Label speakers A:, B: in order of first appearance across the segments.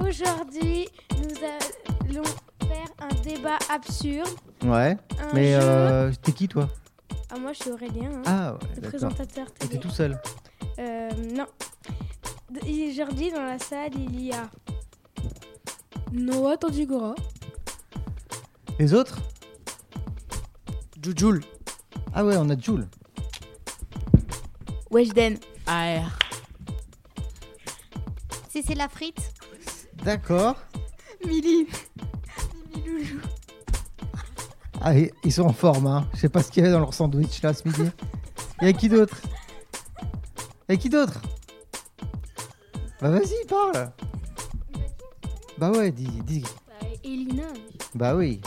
A: Aujourd'hui, nous allons faire un débat absurde.
B: Ouais.
A: Un
B: Mais
A: jeu.
B: euh, t'es qui toi
A: Ah, moi, je suis Aurélien, hein,
B: Ah ouais,
A: le
B: d'accord.
A: présentateur
B: Et
A: télé.
B: t'es tout seul
A: Euh, non. D- et Aujourd'hui, dans la salle, il y a Noah Tandigora,
B: Les autres
C: Jujoul.
B: Ah ouais, on a Jules.
D: Weshden.
C: AR.
E: Si c'est la frite.
B: D'accord.
D: Millie.
B: Ah, et- ils sont en forme, hein. Je sais pas ce qu'il y avait dans leur sandwich là ce midi. Il y a qui d'autre Il y a qui d'autre Bah vas-y, parle Bah ouais, dis, dis.
E: Elina.
B: Bah oui.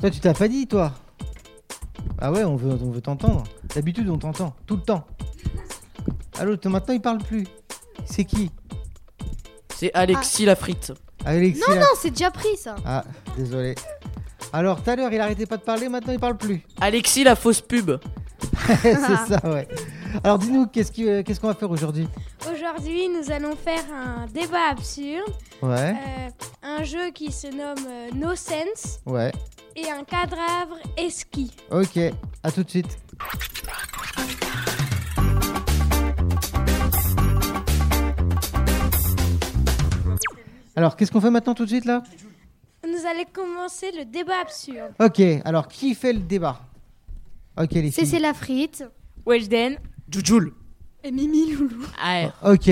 B: Toi, tu t'as pas dit, toi Ah ouais, on veut, on veut t'entendre. D'habitude, on t'entend, tout le temps. Allô, t- maintenant, il parle plus. C'est qui
C: C'est Alexis la frite.
B: Alexis là-
E: Non, c'est déjà pris ça.
B: Ah, désolé. Alors, tout à l'heure, il arrêtait pas de parler, maintenant, il parle plus.
C: Alexis la fausse pub.
B: c'est
E: Ah.
B: ça, ouais. Alors, dis-nous, qu'est-ce qui- euh, qu'est-ce qu'on va faire aujourd'hui
A: Aujourd'hui, nous allons faire un débat absurde,
B: Ouais,
A: euh, un jeu qui se nomme euh, No Sense
B: ouais.
A: et un cadavre esquis.
B: Ok, à tout de suite. Alors, qu'est-ce qu'on fait maintenant tout de suite là
A: Nous allons commencer le débat absurde.
B: Ok, alors qui fait le débat Ok, les
E: Si c'est
B: filles.
E: la frite.
D: Weshden.
C: Jujoul.
D: Et Mimi Loulou.
F: Ah,
C: AR.
B: Ok,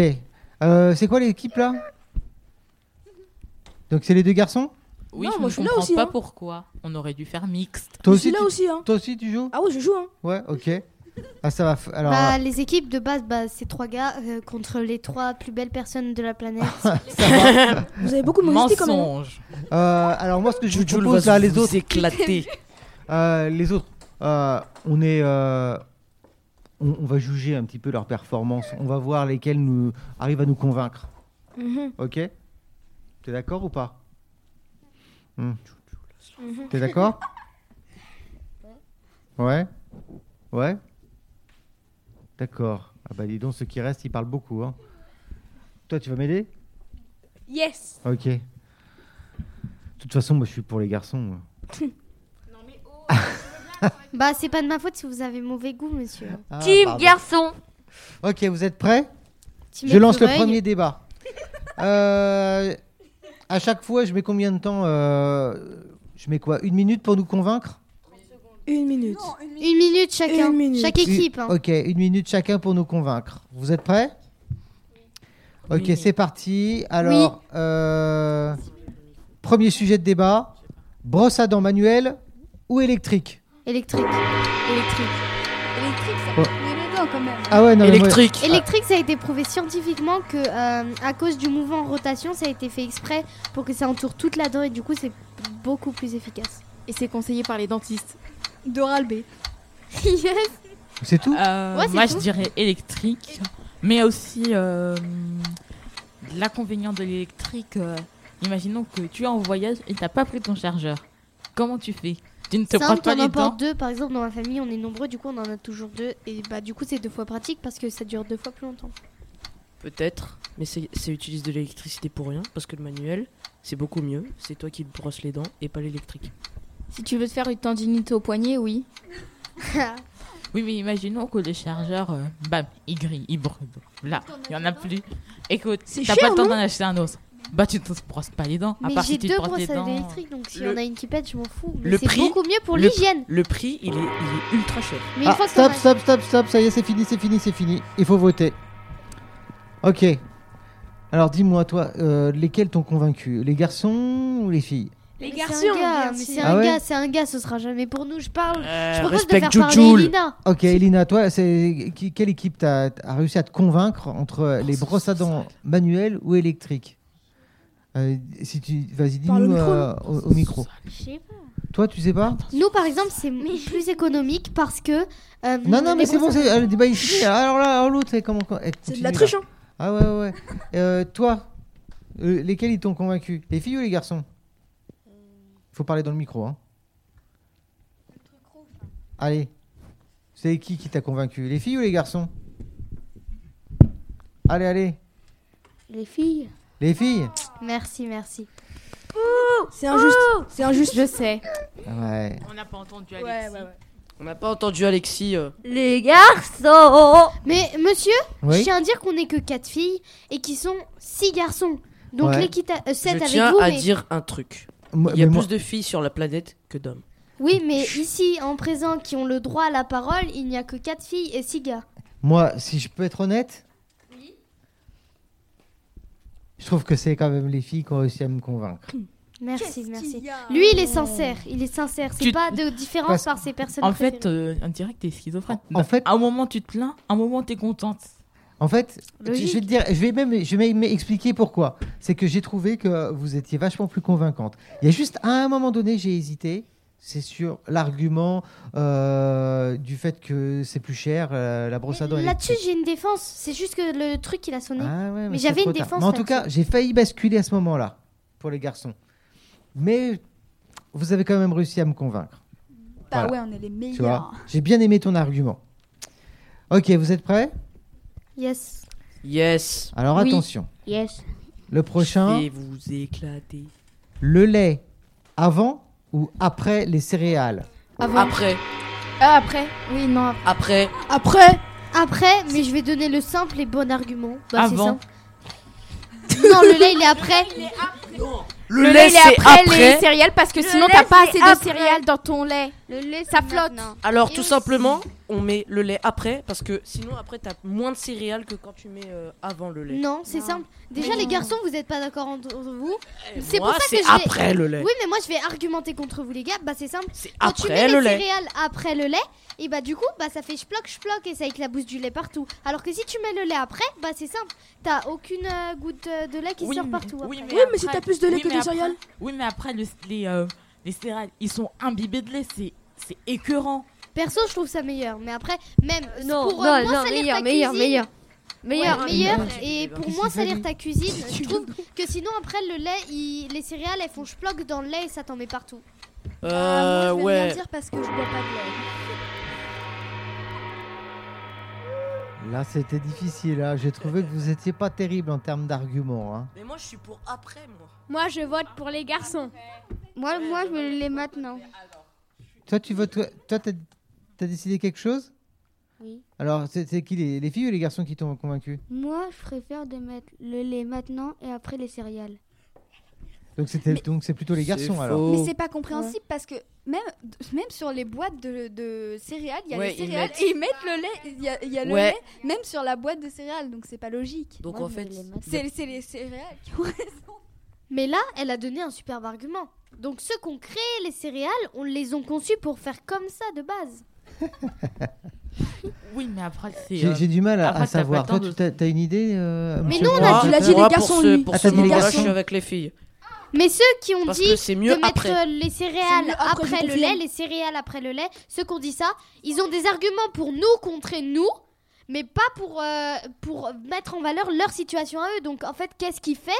B: Euh, c'est quoi l'équipe là Donc, c'est les deux garçons
F: Oui,
D: Non,
F: je
D: moi,
F: ne
D: je suis là
F: comprends
D: aussi,
F: pas
D: hein.
F: pourquoi on aurait dû faire mixte.
B: Toi
D: Je suis
B: aussi,
D: là
B: tu...
D: aussi, hein.
B: Toi aussi, tu joues
D: Ah oui, je joue, hein.
B: Ouais, ok. Ah, ça va. f- Alors,
E: Bah, les équipes de base, bah, c'est trois gars euh, contre les trois plus belles personnes de la planète.
D: Vous avez beaucoup de modestie quand même.
F: Mensonge.
B: euh, alors moi, ce que je vous
C: Jujoul
B: propose
C: va
B: là,
C: se
B: les
C: vous
B: autres,
C: éclater.
B: Euh, les autres, euh, on est. euh, on, on va juger un petit peu leur performance. On va voir lesquels nous, arrivent à nous convaincre.
G: Mm-hmm.
B: Ok T'es d'accord ou pas Hmm.
G: Mm-hmm.
B: T'es d'accord Ouais Ouais D'accord. Ah bah dis donc, ceux qui restent, ils parlent beaucoup. hein. Toi, tu vas m'aider
A: Yes.
B: Ok. De toute façon, moi, je suis pour les garçons. moi.
E: bah, c'est pas de ma faute si vous avez mauvais goût, monsieur.
B: Ah,
G: Team
B: pardon.
G: garçon.
B: Ok, vous êtes prêts
E: Petit
B: Je
E: mec
B: lance le
E: d'oreille.
B: premier débat. Euh, à chaque fois, je mets combien de temps euh, Je mets quoi Une minute pour nous convaincre
D: Une minute.
E: Une minute chacun.
D: Une minute.
E: Chaque équipe. hein.
B: Une- Ok, une minute chacun pour nous convaincre. Vous êtes prêts Ok,
F: Oui.
B: c'est parti. Alors, euh, premier sujet de débat brosse à dents manuelle ou électrique
E: Électrique. Électrique.
D: Électrique, ça
B: Oh.
D: met les dents quand même.
B: Ah ouais, non, mais moi-
C: Électrique.
E: Électrique, ça a été prouvé scientifiquement que euh, à cause du mouvement en rotation, ça a été fait exprès pour que ça entoure toute la dent et du coup, c'est beaucoup plus efficace.
D: Et c'est conseillé par les dentistes. Doral B.
E: yes.
B: c'est tout
F: Euh,
E: Ouais, c'est
F: moi,
E: tout.
F: je dirais électrique. Mais aussi, euh, l'inconvénient de l'électrique, euh, imaginons que tu es en voyage et t'as pas pris ton chargeur. Comment tu fais Tu ne te prends
E: Simple,
F: pas
E: on
F: les
E: en
F: dents
E: porte deux. Par exemple, dans ma famille, on est nombreux, du coup, on en a toujours deux. Et bah, du coup, c'est deux fois pratique parce que ça dure deux fois plus longtemps.
C: Peut-être, mais c'est c'est utilise de l'électricité pour rien, parce que le manuel, c'est beaucoup mieux. C'est toi qui te brosses les dents et pas l'électrique.
H: Si tu veux te faire une tendinite au poignet, oui.
F: Oui, mais imaginons que le chargeur, euh, bam, il grille, il brûle. Là, il y en a plus. Écoute,
D: C'est
F: t'as
D: cher,
F: pas le temps
D: non
F: d'en acheter un autre. Bah, tu te brosses pas les dents. à
E: mais
F: part
E: j'ai
F: si tu te
E: deux
F: brosses les
E: brosses à
F: dents.
E: dents électriques, donc si
C: Le-
E: on a une qui pète, je m'en fous.
C: Le
E: Mais c'est
C: prix-
E: beaucoup mieux pour
C: le-
E: l'hygiène.
C: Le prix, il est, il est ultra cher.
E: Mais
B: Ah,
E: une fois que
B: stop,
E: t'en as-
B: stop, stop, stop, ça y est, c'est fini, c'est fini, c'est fini. Il faut voter. Ok. Alors dis-moi, toi, euh, lesquels t'ont convaincu Les garçons ou les filles
A: Les
E: Mais
A: garçons,
E: c'est un gars,
A: bien
E: mais
A: sûr.
E: c'est
B: Ah
E: un
B: ouais
E: gars, c'est un gars, ce sera jamais pour nous. Je parle. je
C: Euh,
E: propose de
C: respect
E: faire parler
C: Jujoul.
E: Elina.
B: Ok, Elina, toi, c'est qui- quelle équipe t'a a réussi à te convaincre entre les brosses à dents manuelles ou électriques Euh, si tu vas-y
D: Parle au
B: dis-nous
D: micro,
B: euh, au, au micro. Toi tu sais pas
E: Nous, par exemple, c'est plus économique parce que. euh,
B: Non non mais
E: les
B: c'est bon
E: brosses à-
B: c'est euh, le débat il est fini. Alors là alors l'autre c'est comment comment- eh,
D: C'est de
B: continue,
D: la
B: là.
D: triche, hein.
B: Ah ouais ouais. ouais. Euh, toi euh, lesquels ils t'ont convaincu Les filles ou les garçons Faut parler dans le micro hein. Allez. C'est qui qui t'a convaincu Les filles ou les garçons Allez allez.
E: Les filles.
B: Les filles
E: Merci, merci.
D: C'est injuste.
A: Oh
D: C'est injuste.
H: Je sais.
B: Ouais.
F: On n'a pas entendu
A: Ouais, ouais, ouais.
C: On n'a pas entendu Alexis. euh,
A: Les garçons
E: Mais monsieur, je
B: Oui
E: tiens à dire qu'on n'est que quatre filles et qui sont six garçons. Donc
B: Ouais.
E: l'équité euh,
C: Je
E: sept avec
C: tiens
E: vous.
C: à
E: mais-
C: dire un truc.
B: Moi-
C: Il y a
B: mais
C: plus
B: moi-
C: de filles sur la planète que d'hommes.
E: Oui, mais ici, en présent, qui ont le droit à la parole, il n'y a que quatre filles et six gars.
B: Moi, si je peux être honnête, je trouve que c'est quand même les filles qui ont réussi à me convaincre.
E: Merci, merci. Lui, il est sincère. Il est sincère. C'est
F: Tu-
E: pas de différence
B: Parce-
E: par ses personnes.
F: En
E: préférées.
F: fait, euh, on dirait que t'es
C: Bah,
F: schizophrène. Bah,
B: En fait,
F: À un moment, tu te plains, à un moment, t'es contente.
B: en fait, je
E: Logique.
B: je vais te dire, je vais même, je vais même expliquer pourquoi. C'est que j'ai trouvé que vous étiez vachement plus convaincante. Il y a juste à un moment donné, j'ai hésité. C'est sur l'argument euh, du fait que c'est plus cher euh, la brosse à dents.
E: Mais Là-dessus,
B: électrique.
E: j'ai une défense. C'est juste que le truc, il a sonné.
B: Ah ouais,
E: Mais
B: c'est
E: j'avais
B: trop
E: une
B: tard.
E: défense
B: Mais en tout
E: là-dessus.
B: cas, j'ai failli basculer à ce moment-là pour les garçons. Mais vous avez quand même réussi à me convaincre.
D: Bah
B: Voilà.
D: ouais, on est les
B: Tu vois,
D: meilleurs.
B: j'ai bien aimé ton argument. Ok, vous êtes prêts
E: Yes.
C: Yes.
B: Alors
H: Oui.
B: attention.
E: Yes.
B: Le prochain,
C: Et vous éclatez.
B: le lait avant ou après les céréales
H: Avant.
C: Après,
H: Ah, après. Oui, non. après.
C: après,
D: Après,
E: Après, mais je vais donner le simple et bon argument. Bah, c'est
F: Avant.
E: simple. non, le lait, il est après.
C: le,
H: Le
C: lait, c'est après.
H: les céréales parce que sinon t'as pas assez de céréales dans ton lait.
E: Le lait,
H: Ça
E: c'est
H: flotte.
E: maintenant.
C: Alors
E: Et
C: tout
E: aussi-
C: simplement, on met le lait après parce que sinon après t'as moins de céréales que quand tu mets euh, avant le lait.
E: Non, c'est
H: Non.
E: simple. Déjà,
H: Mais
E: les
H: non.
E: garçons, vous n'êtes pas d'accord entre vous.
C: Et
E: c'est
C: Eh, moi,
E: pour ça que
C: c'est
E: je l'ai-
C: après le lait.
E: Oui, mais moi, je vais argumenter contre vous, les gars. Bah, c'est simple.
C: C'est
E: Quand tu mets
C: après le
E: les
C: lait.
E: céréales après le lait, et bah du coup, bah ça fait chploc chploc et ça éclabousse du lait partout. Alors que si tu mets le lait après, bah c'est simple, t'as aucune euh, goutte euh, de lait qui
F: Oui,
E: sort
F: mais-
E: partout.
F: oui,
E: après.
F: mais-
D: oui, mais si
F: après-
D: t'as plus de lait
F: oui,
D: que
F: mais
D: de
F: après-
D: céréales.
F: Oui, mais après, le- les, euh, les céréales, ils sont imbibés de lait, c'est c'est écœurant.
E: Perso, je trouve ça meilleur, mais après, même euh,
G: Non,
E: pour euh,
G: non,
E: moins
G: non,
E: salir
G: meilleur,
E: ta
G: meilleur,
E: cuisine,
G: meilleur. Meilleur.
E: ouais,
C: meilleur.
E: meilleur, et pour
B: Qu'est-ce
E: moins
B: qu'il fait,
E: salir
B: lui
E: ta cuisine, je trouve que sinon après le lait, il- les céréales elles font chploc dans le lait et ça t'en met partout.
C: Euh,
E: Ah,
D: moi, je vais rien
C: ouais.
D: dire parce que je bois pas de lait.
B: Là, c'était difficile. hein. J'ai trouvé que vous n'étiez pas terrible en termes d'arguments. hein.
C: Mais moi je suis pour après moi.
G: Moi, je vote pour les garçons.
E: Moi, moi je me le lait maintenant.
B: Toi, tu veux, toi, toi, t'as t'as décidé quelque chose
G: Oui.
B: Alors, c'est c'est qui les, les filles ou les garçons qui t'ont convaincu
G: Moi, je préfère de mettre le lait maintenant et après les céréales.
B: Donc, c'était- donc c'est plutôt les garçons
F: Oh.
B: alors.
D: Mais c'est pas compréhensible parce que même, même sur les boîtes de, de céréales, il y a
C: Ouais,
D: les
C: ils
D: céréales
C: mettent-
D: et ils mettent le lait. Il y a, il y a le
C: Ouais.
D: lait même sur la boîte de céréales, donc c'est pas logique.
C: Donc
G: Moi,
C: en
G: je
C: fait,
G: les mets.
D: C'est c'est les céréales qui ont raison.
E: Mais là, elle a donné un superbe argument. Donc ceux qu'on crée les céréales, on les a conçus pour faire comme ça de base.
F: Oui, mais après, c'est.
B: J'ai
F: euh,
B: j'ai du mal à, à
F: après, t'as pas
B: savoir.
F: le
B: Toi,
F: temps de-
B: tu as, une idée euh,
E: Mais
B: monsieur
E: nous, on
B: le
E: a
C: Moi-
E: dit-
D: il a dit
C: moi,
D: les garçons,
C: pour ce,
D: lui.
C: Pour
B: Ah,
C: ce
B: t'as dit les
C: moment-là, je
B: garçons.
C: suis avec les filles
E: Mais ceux qui ont
C: parce
E: dit
C: que c'est
E: de
C: mieux
E: mettre
C: après.
E: euh, les céréales
D: mieux
E: après,
D: après, je
E: le
D: confirme.
E: lait, les céréales après le lait, ceux qui ont dit ça, ils ont des arguments pour nous contrer nous, mais pas pour, euh, pour mettre en valeur leur situation à eux. Donc en fait, qu'est-ce qui fait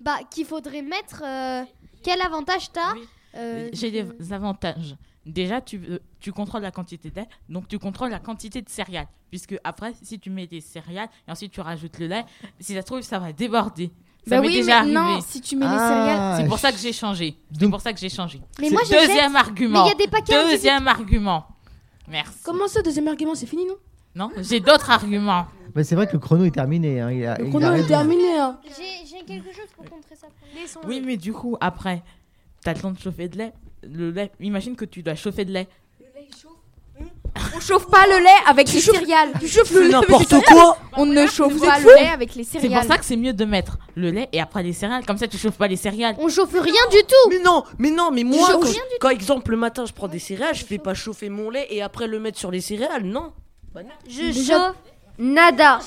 E: bah, qu'il faudrait mettre... euh, quel avantage t'as
F: Oui.
E: euh,
F: J'ai
E: de-
F: des avantages. Déjà, tu, euh, tu contrôles la quantité d'air, donc tu contrôles la quantité de céréales. Puisque après, si tu mets des céréales et ensuite tu rajoutes le lait, si ça se trouve, ça va déborder. Ça
H: bah
F: m'est
H: oui,
F: déjà
H: mais non,
F: arrivé.
H: si tu mets les
B: Ah,
H: céréales.
F: C'est pour ça que j'ai changé. C'est
B: Donc-
F: pour ça que j'ai changé.
E: Mais moi, je jette.
F: Deuxième
E: Mais
F: argument.
E: il y a des paquets en physique.
F: Deuxième argument. Merci.
D: Comment ça, deuxième argument, c'est fini, non
F: Non, j'ai d'autres arguments.
B: Bah, c'est vrai que le chrono est terminé. hein. Il a-
D: Le
B: il
D: chrono
B: a
D: est
B: raison.
D: terminé. hein.
E: J'ai j'ai quelque chose pour contrer ça.
F: Oui, mais du coup, après, t'as le temps de chauffer de lait. Le lait, imagine que tu dois chauffer de lait.
H: On chauffe pas le lait avec les céréales.
D: Tu chauffes le lait avec les céréales.
C: quoi
H: On ne chauffe
D: vous
H: pas
D: êtes
H: le lait avec les
F: C'est pour
H: céréales.
F: ça que c'est mieux de mettre le lait et après les céréales. Comme ça, tu chauffes pas les céréales.
E: On chauffe rien du tout.
C: Mais non, mais non, mais moi,
E: chauffes
C: quand,
E: rien
C: je- quand, exemple le matin je prends des céréales, je fais pas chauffer mon lait et après le mettre sur les céréales, non
E: Je
D: Déjà-
E: chauffe nada.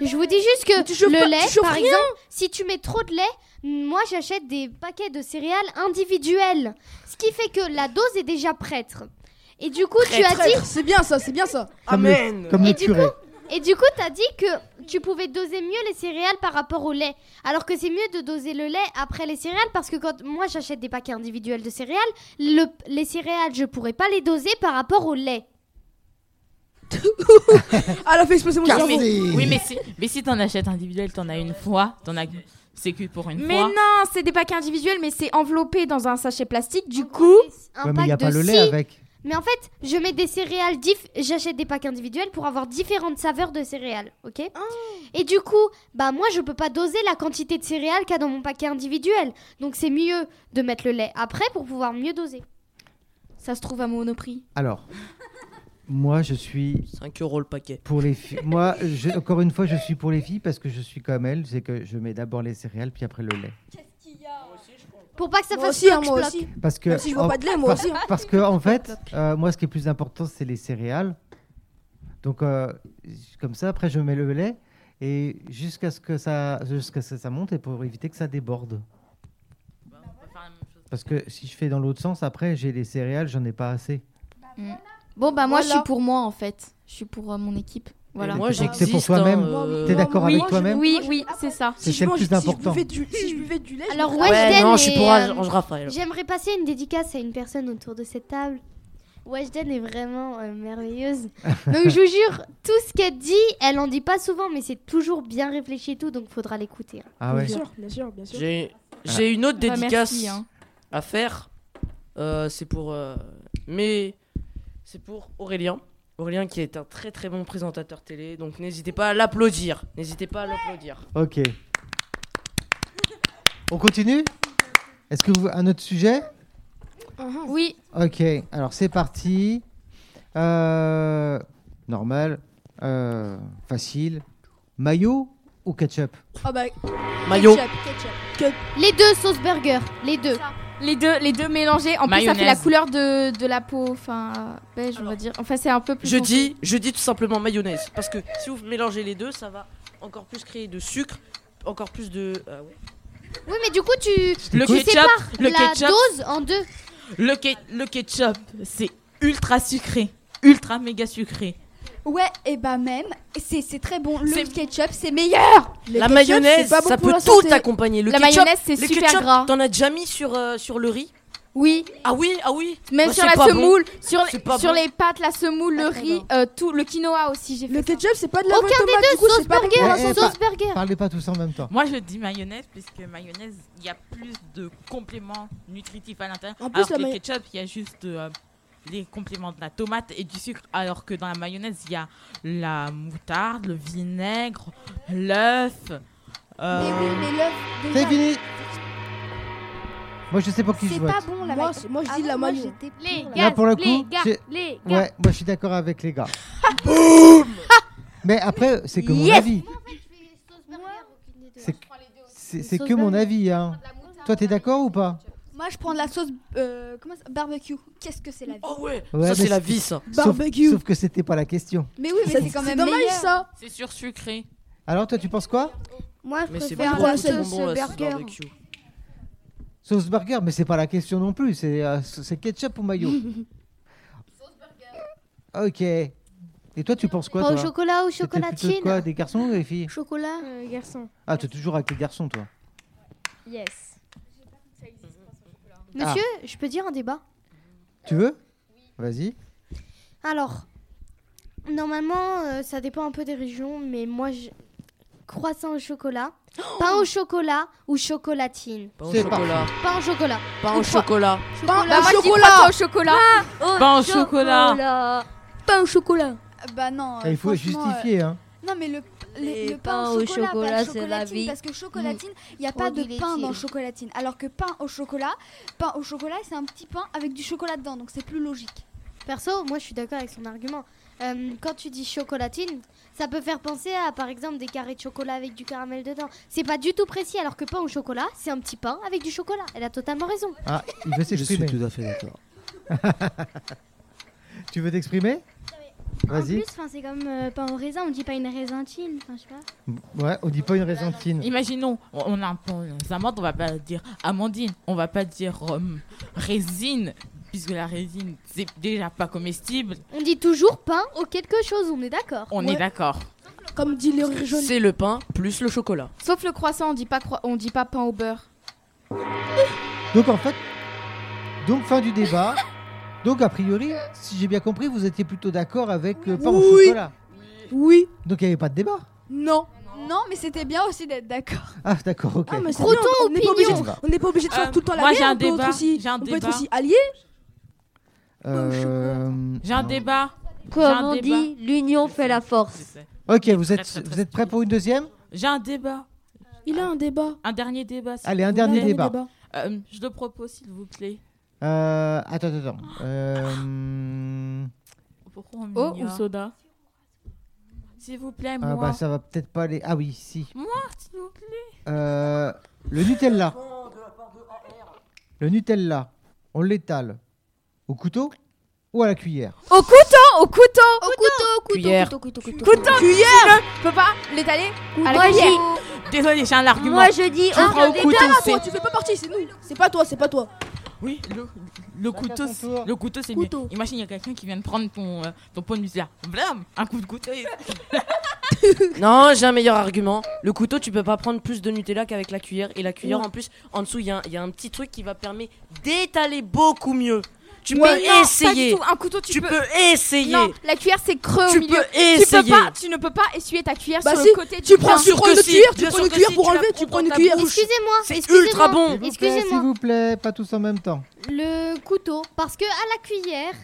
E: Je vous dis juste que le lait, par exemple, si tu mets trop de lait, moi j'achète des paquets de céréales individuels. Ce qui fait que la dose est déjà prête. Et du coup, tu as dit,
D: Traître, C'est bien ça, c'est bien ça.
B: Comme le-
C: Amen.
B: Comme le
E: Et du
B: curé.
E: et du coup, t'as dit que tu pouvais doser mieux les céréales par rapport au lait. Alors que c'est mieux de doser le lait après les céréales parce que quand moi j'achète des paquets individuels de céréales, le- les céréales, je pourrais pas les doser par rapport au lait.
D: Ah, elle a fait exploser mon
B: Car-
D: cerveau.
B: Merci.
F: Oui, mais si, mais si t'en achètes individuel, t'en as une fois, t'en as, C'est que pour une
H: Mais
F: fois.
H: non, c'est des paquets individuels, mais c'est enveloppé dans un sachet plastique. Du
E: En
H: coup,
E: gros, c'est un
B: Ouais, mais il n'y a
E: pack
B: pas
E: de
B: le lait
E: six.
B: avec.
E: Mais en fait, je mets des céréales, diff- j'achète des packs individuels pour avoir différentes saveurs de céréales, ok
I: Oh.
E: Et du coup, bah moi je peux pas doser la quantité de céréales qu'il y a dans mon paquet individuel. Donc c'est mieux de mettre le lait après pour pouvoir mieux doser.
H: ça se trouve à Monoprix.
B: Alors, moi, je suis
C: 5 euros le paquet.
B: pour les filles. Moi, je- encore une fois, je suis pour les filles parce que je suis comme elles. C'est que je mets d'abord les céréales, puis après le lait.
E: Pour pas que ça
I: Moi
E: fasse
I: aussi, hein,
E: bloc,
I: moi
E: bloc.
I: aussi.
B: Parce que
I: Même si je vois
B: en-
I: pas de lait, moi aussi. hein.
B: Parce que en fait, euh, moi, ce qui est plus important, c'est les céréales. Donc, euh, comme ça, après, je mets le lait et jusqu'à ce que ça, jusqu'à ce que ça monte et pour éviter que ça déborde. Parce que si je fais dans l'autre sens, après, j'ai les céréales, j'en ai pas assez.
J: Bon, bah moi,
I: Voilà.
J: je suis pour moi, en fait. Je suis pour euh, mon équipe. Voilà.
C: Et Moi
B: C'est pour
C: j'existe.
B: toi-même.
C: hein,
I: Moi, oui.
B: T'es d'accord
I: moi,
B: avec
I: je-
B: toi-même
J: Oui, oui, c'est ça.
B: C'est
I: je
B: ça le
I: mange-
B: plus important.
I: Si je buvais du, si je buvais du lait, je
E: Alors
I: me-
C: Ouais,
E: Weshden
C: non, je suis
E: est,
C: pour
E: euh,
C: Ange Raphaël.
E: J'aimerais passer une dédicace à une personne autour de cette table. Weshden est vraiment euh, merveilleuse. Donc je vous jure, tout ce qu'elle dit, elle en dit pas souvent, mais c'est toujours bien réfléchi et tout, donc faudra l'écouter. hein.
B: Ah ouais.
I: Bien sûr, bien sûr, bien sûr.
C: J'ai
B: Ah.
C: j'ai une autre
J: Bah,
C: dédicace
J: merci, hein.
C: à faire. Euh, c'est pour euh, mais c'est pour Aurélien. Aurélien qui est un très très bon présentateur télé, donc n'hésitez pas à l'applaudir. N'hésitez pas à l'applaudir.
B: Ok. On continue Est-ce que vous un autre sujet
J: Oui,
B: Ok. Alors c'est parti. Euh, normal, euh, facile. Mayo ou ketchup
I: Ah bah,
C: Maillot.
I: ketchup, ketchup.
E: Les deux sauce burger, les deux.
J: les deux, les deux mélangés. En plus, ça fait la
F: Mayonnaise.
J: couleur de, de la peau. Enfin, euh, beige, on va dire. Enfin, c'est un peu plus.
C: Je
J: foncé.
C: dis, je dis tout simplement mayonnaise parce que si vous mélangez les deux, ça va encore plus créer de sucre, encore plus de ah ouais.
E: Oui, mais du coup, tu,
F: Le
E: tu
F: ketchup,
E: sépares
F: le
E: la
F: ketchup,
E: dose en deux.
F: le, ke- le ketchup, c'est ultra sucré, ultra méga sucré.
D: Ouais, et bah même, c'est c'est très bon.
F: C'est-
D: Le ketchup, c'est meilleur.
I: Le
C: La
I: ketchup,
C: mayonnaise,
I: c'est pas bon
C: ça
I: pour
C: peut
I: la
C: tout
I: santé.
C: accompagner. Le
J: hein, La
C: ketchup,
J: mayonnaise, c'est
C: le
J: super
C: ketchup,
J: gras.
C: T'en as déjà mis sur euh, sur le riz
J: Oui,
C: Ah oui, ah oui.
J: même
C: Moi,
J: sur
C: c'est
J: la
C: pas bon.
J: semoule, sur, les-
C: C'est pas
J: sur
C: bon.
J: les pâtes, la semoule, le
D: très
J: riz, euh, tout, le quinoa aussi. J'ai fait
I: Le
J: ça.
I: ketchup, c'est pas de la
E: Aucun
I: vraie tomate, du coup,
E: sauce
I: c'est pas bon pour la
B: Eh,
E: burger, hein,
B: eh,
I: santé.
E: sauce
B: pas-
E: burger.
B: Parlez pas tous en même temps.
F: Moi, je dis mayonnaise, puisque mayonnaise, il y a plus de compléments nutritifs à l'intérieur.
I: En plus,
F: Alors
I: la
F: que le
I: mayo-
F: ketchup, il y a juste euh, les compléments de la tomate et du sucre. Alors que dans la mayonnaise, il y a la moutarde, le vinaigre, l'œuf.
D: Mais
F: euh,
D: oui, mais l'œuf,
B: C'est
D: déjà,
B: fini Moi, je sais pas qui je
D: c'est
B: vote.
D: pas bon la
I: Moi,
D: mayo.
I: c'est- moi, je
D: Ah
I: dis
D: non,
I: la
D: moi,
I: mayo.
D: j'étais pour
E: Les
D: la-
E: gars,
B: pour le
E: les
B: coup,
E: gars,
B: c'est-
E: les gars.
B: Ouais, moi, je suis d'accord avec les gars. Mais après, c'est que mon
H: Yes
B: avis. C'est- C'est c'est que mon avis, hein. Toi, t'es d'accord ou pas
D: Moi, je prends de la sauce euh, comment ça- barbecue. Qu'est-ce que c'est la vie
C: Oh ouais.
B: Ouais,
C: ça
B: mais
C: c'est la
B: c'est-
C: vie ça.
B: Sauf,
I: Barbecue.
B: sauf que c'était pas la question.
D: Mais oui, mais
I: Ça-
D: c'est quand
I: C'est
D: même
I: dommage,
D: meilleur.
I: ça.
F: C'est sursucré.
B: Alors, toi, tu penses quoi
G: Moi, je
C: Mais c'est
G: préfère
I: bon,
G: la
I: c'est
G: sauce
C: bon, la sauce
G: burger.
C: barbecue.
B: Sauce burger, mais c'est pas la question non plus. C'est euh, c'est ketchup ou mayo Ok. Et toi, tu penses quoi
E: Pas
B: toi
E: au chocolat ou
B: T'étais plutôt
E: chocolatine.
B: quoi, des garçons ou des filles
G: Chocolat.
A: Euh, garçon.
B: Ah, t'es toujours avec les garçons, toi.
A: Yes.
E: Monsieur, je peux dire un débat
B: Tu veux Vas-y.
E: Alors, normalement, euh, ça dépend un peu des régions, mais moi, je... croissant au chocolat,
B: Oh
E: pain au chocolat ou chocolatine.
C: Pas au
B: C'est
C: chocolat.
E: Pain au chocolat.
C: Pas au chocolat.
J: hein.
H: Bah,
E: Chocolat.
H: moi, je dis
I: chocolat.
H: croissant au chocolat.
F: Pain au chocolat.
I: Pain au chocolat.
D: Bah non.
B: Ah,
D: euh,
B: il faut
D: franchement, euh,
B: justifier, hein.
D: Non, mais le,
I: euh, Les
D: le, le pain au
I: bah,
D: chocolat, pas le
I: c'est la
D: chocolatine,
I: vie.
D: Parce que chocolatine, il
K: Mmh.
D: n'y a pas de
G: Produit
D: pain dans
G: laitier.
D: chocolatine. Alors que pain au chocolat, pain au chocolat, c'est un petit pain avec du chocolat dedans, donc c'est plus logique.
E: Perso, moi, je suis d'accord avec son argument. Euh, quand tu dis chocolatine, ça peut faire penser à, par exemple, des carrés de chocolat avec du caramel dedans. C'est pas du tout précis, alors que pain au chocolat, c'est un petit pain avec du chocolat. Elle a totalement raison.
B: Ah, il veut s'exprimer.
L: à fait d'accord.
B: Tu veux t'exprimer
G: En
B: Vas-y.
G: plus, enfin, c'est comme euh, pain au raisin, on dit pas une raisintine. Enfin, je sais pas.
B: Ouais, on dit pas une raisantine.
F: Imaginons, on on a un pain aux amandes, on va pas dire amandine, on va pas dire euh, résine, puisque la résine, c'est déjà pas comestible.
E: On dit toujours pain ou quelque chose, on est d'accord.
F: On est
I: Ouais.
F: d'accord.
I: Comme dit les jaunes.
C: C'est le pain plus le chocolat.
J: Sauf le croissant, on dit pas, croi- on dit pas pain au beurre.
B: Donc en fait, donc fin du débat. Donc a priori, si j'ai bien euh, compris, vous étiez plutôt d'accord avec le pain au
I: Oui.
B: chocolat.
I: Oui.
B: Donc il n'y avait pas de débat.
I: Non.
D: Non, mais c'était bien aussi d'être d'accord.
B: Ah, d'accord, ok.
D: Ah, mais c'est
B: Croton
D: bien, on- on n'est pas obligé de-
B: On y va.
D: on n'est pas obligé de faire tout le temps la
F: moi,
D: guerre,
F: j'ai un
D: on peut
F: débat,
D: être aussi-
F: j'ai un
D: on peut être
F: débat.
D: aussi allié.
B: Euh,
F: J'ai un débat. J'ai
L: Comme
F: un
L: on
F: débat.
L: dit, l'union fait la force.
B: Ok, vous êtes, vous êtes prêts pour une deuxième
F: J'ai un débat.
I: Il a un débat.
F: Un dernier débat. s'il
B: Allez, un
F: vous
B: dernier
F: plaît.
B: débat. Dernier
F: Euh, je le propose, s'il vous plaît.
B: Euh, Attends, attends, attends. Euh,
F: Pourquoi on
I: Eau
F: ignore
I: ou soda
F: S'il vous plaît,
B: ah,
F: moi.
B: bah, ça va peut-être pas aller. Ah oui, si.
F: Moi, s'il vous plaît.
B: Euh, le Nutella. Le Nutella, on l'étale au couteau ou à la cuillère
H: Au couteau, au couteau. Au couteau, au couteau.
B: Cuillère.
H: Couteau, couteau, couteau. Couteau,
F: Cuillère.
H: Tu ne peux pas l'étaler à
A: Ah,
H: la
L: Moi,
H: cuillère.
F: Désolé, j'ai un argument.
L: Moi, je dis,
F: Je le
L: on
F: prends au
L: fait des
F: couteau.
L: dames,
F: c'est-
I: Toi, tu fais pas partie, c'est nous. C'est pas toi, c'est pas toi.
F: Oui, le, le couteau, c'est- le couteau, c'est mieux. Imagine, il y a quelqu'un qui vient de prendre ton, euh, ton pot de Nutella. Blam Un coup de couteau. et-
C: Non, j'ai un meilleur argument. Le couteau, tu peux pas prendre plus de Nutella qu'avec la cuillère. Et la cuillère,
I: Ouais.
C: en plus, en dessous, il y, a un- il y a un petit truc qui va permettre d'étaler beaucoup mieux. Tu
H: Ouais,
C: peux
H: non, pas
C: essayer.
H: du tout. Un couteau, tu,
C: peux... essayer.
H: Non, la cuillère c'est creux
C: Tu
H: au milieu.
C: peux essayer.
H: Tu peux pas, tu ne peux pas essuyer ta cuillère
I: Bah
H: sur
I: si,
H: le côté.
I: tu
H: du
I: prends-
H: plat.
I: tu prends une cuillère, tu prends une cuillère pour enlever, tu prends une cuillère.
E: Excusez-moi,
C: C'est
E: excusez-moi,
C: ultra bon.
B: S'il vous plaît, S'il
E: Excusez-moi.
B: vous plaît, pas tous en même temps.
E: Le couteau, parce que à la cuillère,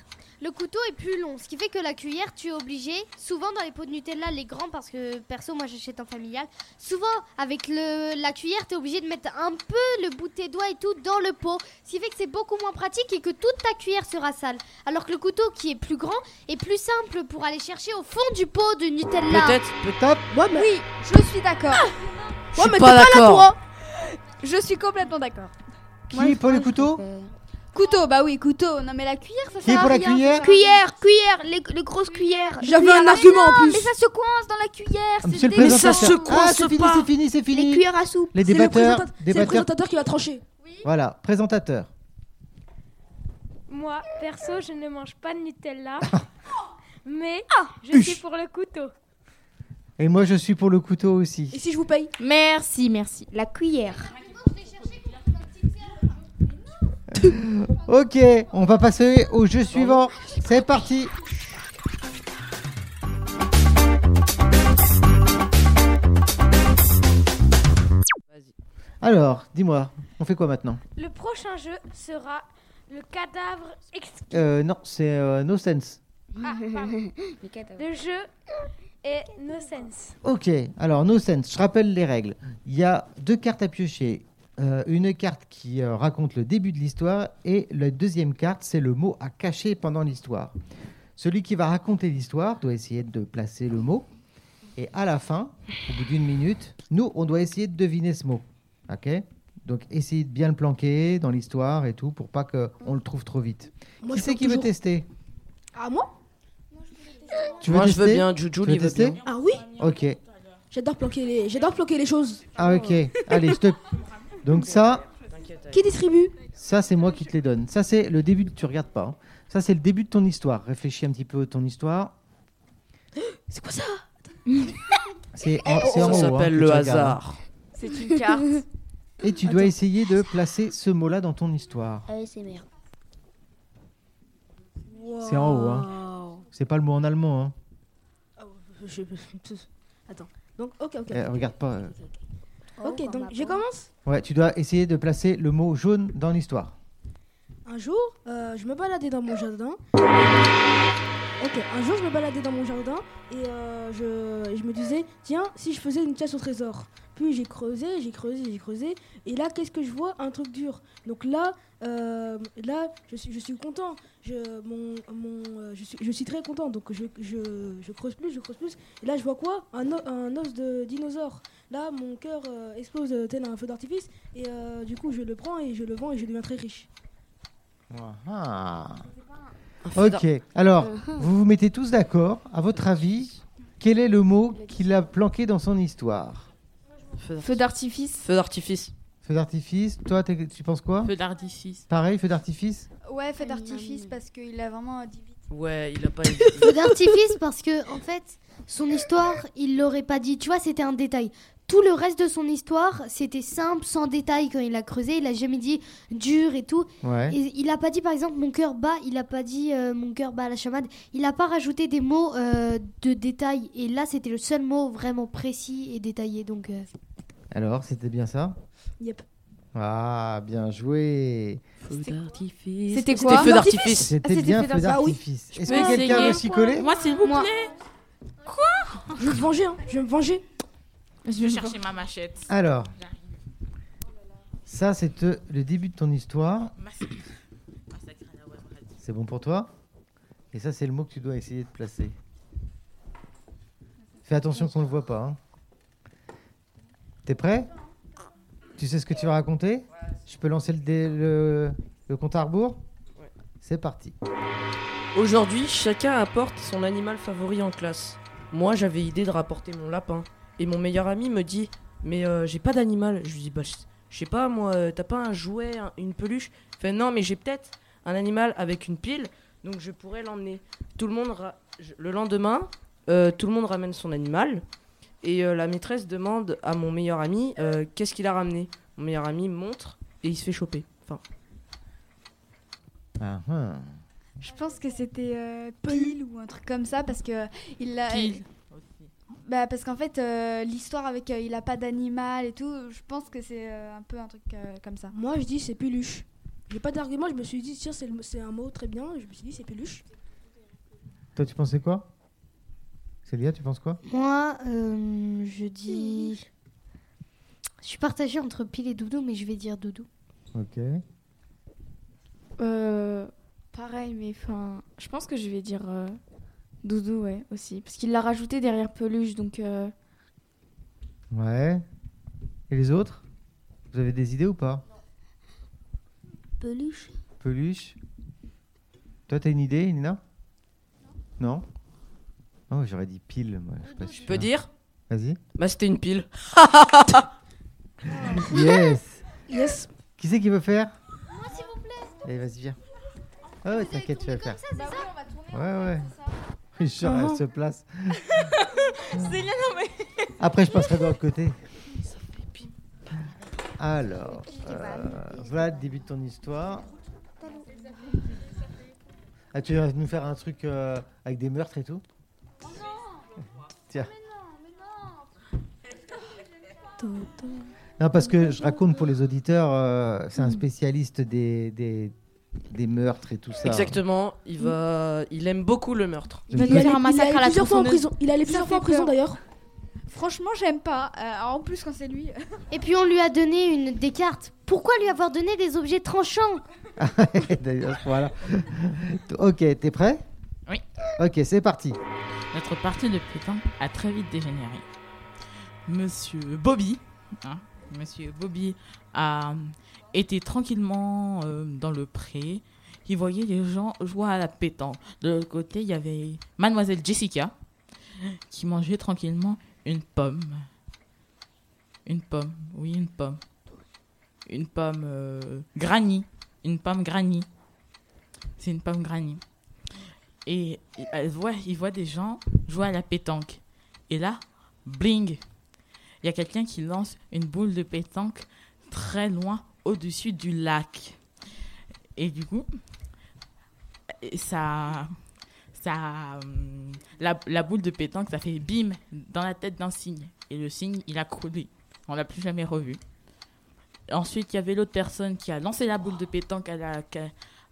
E: le couteau est plus long, ce qui fait que la cuillère, tu es obligé, souvent dans les pots de Nutella, les grands, parce que perso, moi j'achète en familial, souvent avec le, la cuillère, tu es obligé de mettre un peu le bout de tes doigts et tout dans le pot, ce qui fait que c'est beaucoup moins pratique et que toute ta cuillère sera sale. Alors que le couteau, qui est plus grand, est plus simple pour aller chercher au fond du pot de Nutella.
B: peut-être.
H: Oui, je suis d'accord.
C: Je suis pas d'accord.
H: Je suis complètement d'accord.
B: Qui est pour les couteaux
H: Couteau, bah oui, couteau. Non mais la cuillère, ça
B: Qui est pour la cuillère
H: Cuillère, cuillère, les, les grosses cuillères.
I: J'avais
H: Cuillère.
I: un argument en
H: Mais non,
I: plus.
H: Mais ça se coince dans la cuillère.
B: Ah,
H: c'est
B: monsieur le
H: dégueu.
B: présentateur. Ah, c'est fini, c'est fini, c'est fini.
H: Les cuillères à soupe.
B: Les
I: C'est le
B: débatteurs,
I: présentateur- C'est le
B: débatteurs.
I: présentateur qui va trancher.
B: Voilà, présentateur.
A: Moi, perso, je ne mange pas de Nutella. mais je
B: Huche.
A: suis pour le couteau.
B: Et moi, je suis pour le couteau aussi.
I: Et si je vous paye
J: Merci, merci. La cuillère.
B: Ok, on va passer au jeu suivant. C'est parti. Alors, dis-moi, on fait quoi maintenant
A: Le prochain jeu sera le cadavre exquis.
B: Euh, non, c'est euh, No Sense.
A: Ah, pardon. le jeu est No Sense.
B: Ok, alors No Sense, je rappelle les règles. Il y a deux cartes à piocher. Euh, une carte qui euh, raconte le début de l'histoire et la deuxième carte, c'est le mot à cacher pendant l'histoire. Celui qui va raconter l'histoire doit essayer de placer le mot. Et à la fin, au bout d'une minute, nous, on doit essayer de deviner ce mot. Ok Donc essayez de bien le planquer dans l'histoire et tout pour pas qu'on le trouve trop vite.
I: Moi,
B: qui
I: je
B: c'est
I: peux
B: qui veut
I: toujours-
B: tester
I: Ah, moi
B: tu
C: Moi, je
B: tester
C: veux bien, Juju,
B: Tu veux
C: il veut
B: tester
C: bien.
I: Ah oui
B: Ok.
I: J'adore planquer les, j'adore planquer les choses.
B: Ah ok, allez, je te... Donc ça,
I: Qui distribue
B: ça c'est moi qui te les donne. Ça c'est le début, de... tu regardes pas. hein. Ça c'est le début de ton histoire. Réfléchis un petit peu à ton histoire.
I: C'est quoi ça
B: C'est en, c'est en haut,
C: Oh, Ça
B: hein,
C: s'appelle
B: que
C: le
B: tu regardes, hein.
C: hasard.
H: C'est une carte.
B: Et tu dois essayer de placer ce mot-là dans ton histoire.
L: ASMR.
B: C'est en haut. Hein. C'est pas le mot en allemand. Hein.
I: Je- je- Attends. Donc, ok, ok.
B: Eh, regarde pas. euh.
I: Ok, donc je commence.
B: Ouais, tu dois essayer de placer le mot jaune dans l'histoire.
I: Un jour, euh, je me baladais dans mon jardin. Ok, un jour, je me baladais dans mon jardin et euh, je, je me disais, tiens, si je faisais une chasse au trésor. Puis j'ai creusé, j'ai creusé, j'ai creusé. Et là, qu'est-ce que je vois Un truc dur. Donc là, euh, là, je suis, je suis content. Je, mon, mon, euh, je, suis, je suis très content. Donc je, je, je creuse plus, je creuse plus. Et là, je vois quoi un, o- un os de dinosaure. Là, mon cœur euh, explose euh, tel un feu d'artifice. Et euh, du coup, je le prends et je le vends et je deviens très riche.
B: Ah. Ok, alors, vous vous mettez tous d'accord. À votre avis, quel est le mot qu'il a planqué dans son histoire
H: Feu d'artifice.
C: Feu d'artifice.
B: Feu d'artifice, toi, t'es- tu penses quoi
F: Feu d'artifice.
B: Pareil, feu d'artifice
D: Ouais, feu d'artifice parce qu'il a vraiment dit vite.
C: Ouais, il a pas.
E: Feu d'artifice parce que en fait son histoire il l'aurait pas dit tu vois c'était un détail Tout le reste de son histoire, c'était simple, sans détail quand il a creusé. Il a jamais dit dur et tout.
B: Ouais.
E: Et il a pas dit, par exemple, mon cœur bat. Il a pas dit euh, mon cœur bat à la chamade. Il a pas rajouté des mots euh, de détail. Et là, c'était le seul mot vraiment précis et détaillé. Donc, euh,
B: Alors, c'était bien ça
I: Yep.
B: Ah, bien joué. Feu d'artifice.
H: C'était quoi
C: feu d'artifice.
H: Ah,
B: C'était
H: c'était
B: bien
H: feu
B: feu
H: d'artifice. Ah oui.
B: d'artifice.
H: Je
B: Est-ce
H: peux
B: que quelqu'un
H: essayer
B: veut s'y coller
H: Moi, s'il vous Moi. plaît.
I: Quoi Je vais me venger, hein. je vais me venger.
F: Je vais chercher ma machette.
B: Alors, ça, c'est euh, le début de ton histoire. C'est bon pour toi Et ça, c'est le mot que tu dois essayer de placer. Fais attention qu'on ne le voit pas. hein. T'es prêt Tu sais ce que tu vas raconter Je peux lancer le, dé- le- le compte à rebours C'est parti.
C: Aujourd'hui, chacun apporte son animal favori en classe. Moi, j'avais idée de rapporter mon lapin. Et mon meilleur ami me dit Mais euh, j'ai pas d'animal. Je lui dis Bah, je je sais pas, moi, euh, t'as pas un jouet, un- une peluche Il fait Non, mais j'ai peut-être un animal avec une pile, donc je pourrais l'emmener. Tout le monde. ra- je- Le lendemain, euh, tout le monde ramène son animal. Et euh, la maîtresse demande à mon meilleur ami euh, Qu'est-ce qu'il a ramené Mon meilleur ami montre et il se fait choper. Enfin,
B: Ah, ah.
K: Je pense que c'était euh, pile ou un truc comme ça parce que il l'a. Bah parce qu'en fait euh, l'histoire avec euh, il a pas d'animal et tout, je pense que c'est euh, un peu un truc euh, comme ça.
I: Moi, je dis c'est peluche. J'ai pas d'argument, je me suis dit, tiens, c'est le- c'est un mot très bien. Je me suis dit, c'est peluche.
B: Toi, tu pensais quoi Célia, tu penses quoi
E: moi, euh, je dis. Je suis partagée entre pile et doudou, mais je vais dire doudou.
B: Ok.
G: Euh, pareil, mais enfin, je pense que je vais dire euh, Doudou, ouais, aussi. Parce qu'il l'a rajouté derrière Peluche, donc. euh,
B: Ouais. Et les autres Vous avez des idées ou pas
K: Peluche.
B: Peluche Toi, t'as une idée, Nina Non Oh, j'aurais dit pile, moi. Je suis pas
C: tu
B: sûr.
C: peux dire
B: Vas-y.
C: Bah, c'était une pile.
B: Yes
I: Yes.
B: Qui c'est qui veut faire Moi, s'il vous plaît Allez, vas-y, viens. Oh, t'inquiète, tu vas faire. ouais, ouais. Genre, elle
L: Mhm.
B: se place.
L: C'est là, non mais.
B: Après, je passerai de l'autre côté. Alors, euh, voilà le début de ton histoire. Ah, tu vas nous faire un truc euh, avec des meurtres et tout Tiens. Non, parce que je raconte pour les auditeurs, euh, c'est un spécialiste des, des, des meurtres et tout ça.
C: Exactement, il va, il aime beaucoup le meurtre.
B: Il va nous faire un
K: massacre à la
I: plusieurs fois en
K: tronçonneuse.
I: prison. Il allait plusieurs
K: fait
I: fois en prison
K: peur.
I: d'ailleurs.
K: Franchement, j'aime pas. Euh, alors, en plus quand c'est lui.
E: Et puis on lui a donné une des cartes. Pourquoi lui avoir donné des objets tranchants
B: D'ailleurs, voilà. ok, t'es prêt
F: Oui.
B: Ok, c'est parti.
F: Notre partie de putain a très vite dégénéré. Monsieur Bobby, hein, Monsieur Bobby a euh, été tranquillement euh, dans le pré. Il voyait les gens jouer à la pétanque. De l'autre côté, il y avait Mademoiselle Jessica qui mangeait tranquillement une pomme. Une pomme, oui, une pomme. Une pomme euh, granny. Une pomme granny. C'est une pomme granny. Et il- elle voit, il voit des gens jouer à la pétanque. Et là, bling Il y a quelqu'un qui lance une boule de pétanque très loin au-dessus du lac. Et du coup, et ça. ça hum, la, la boule de pétanque, ça fait bim dans la tête d'un cygne. Et le cygne, il a croulé. On l'a plus jamais revu. Ensuite, il y avait l'autre personne qui a lancé la boule de pétanque. Elle a, qui a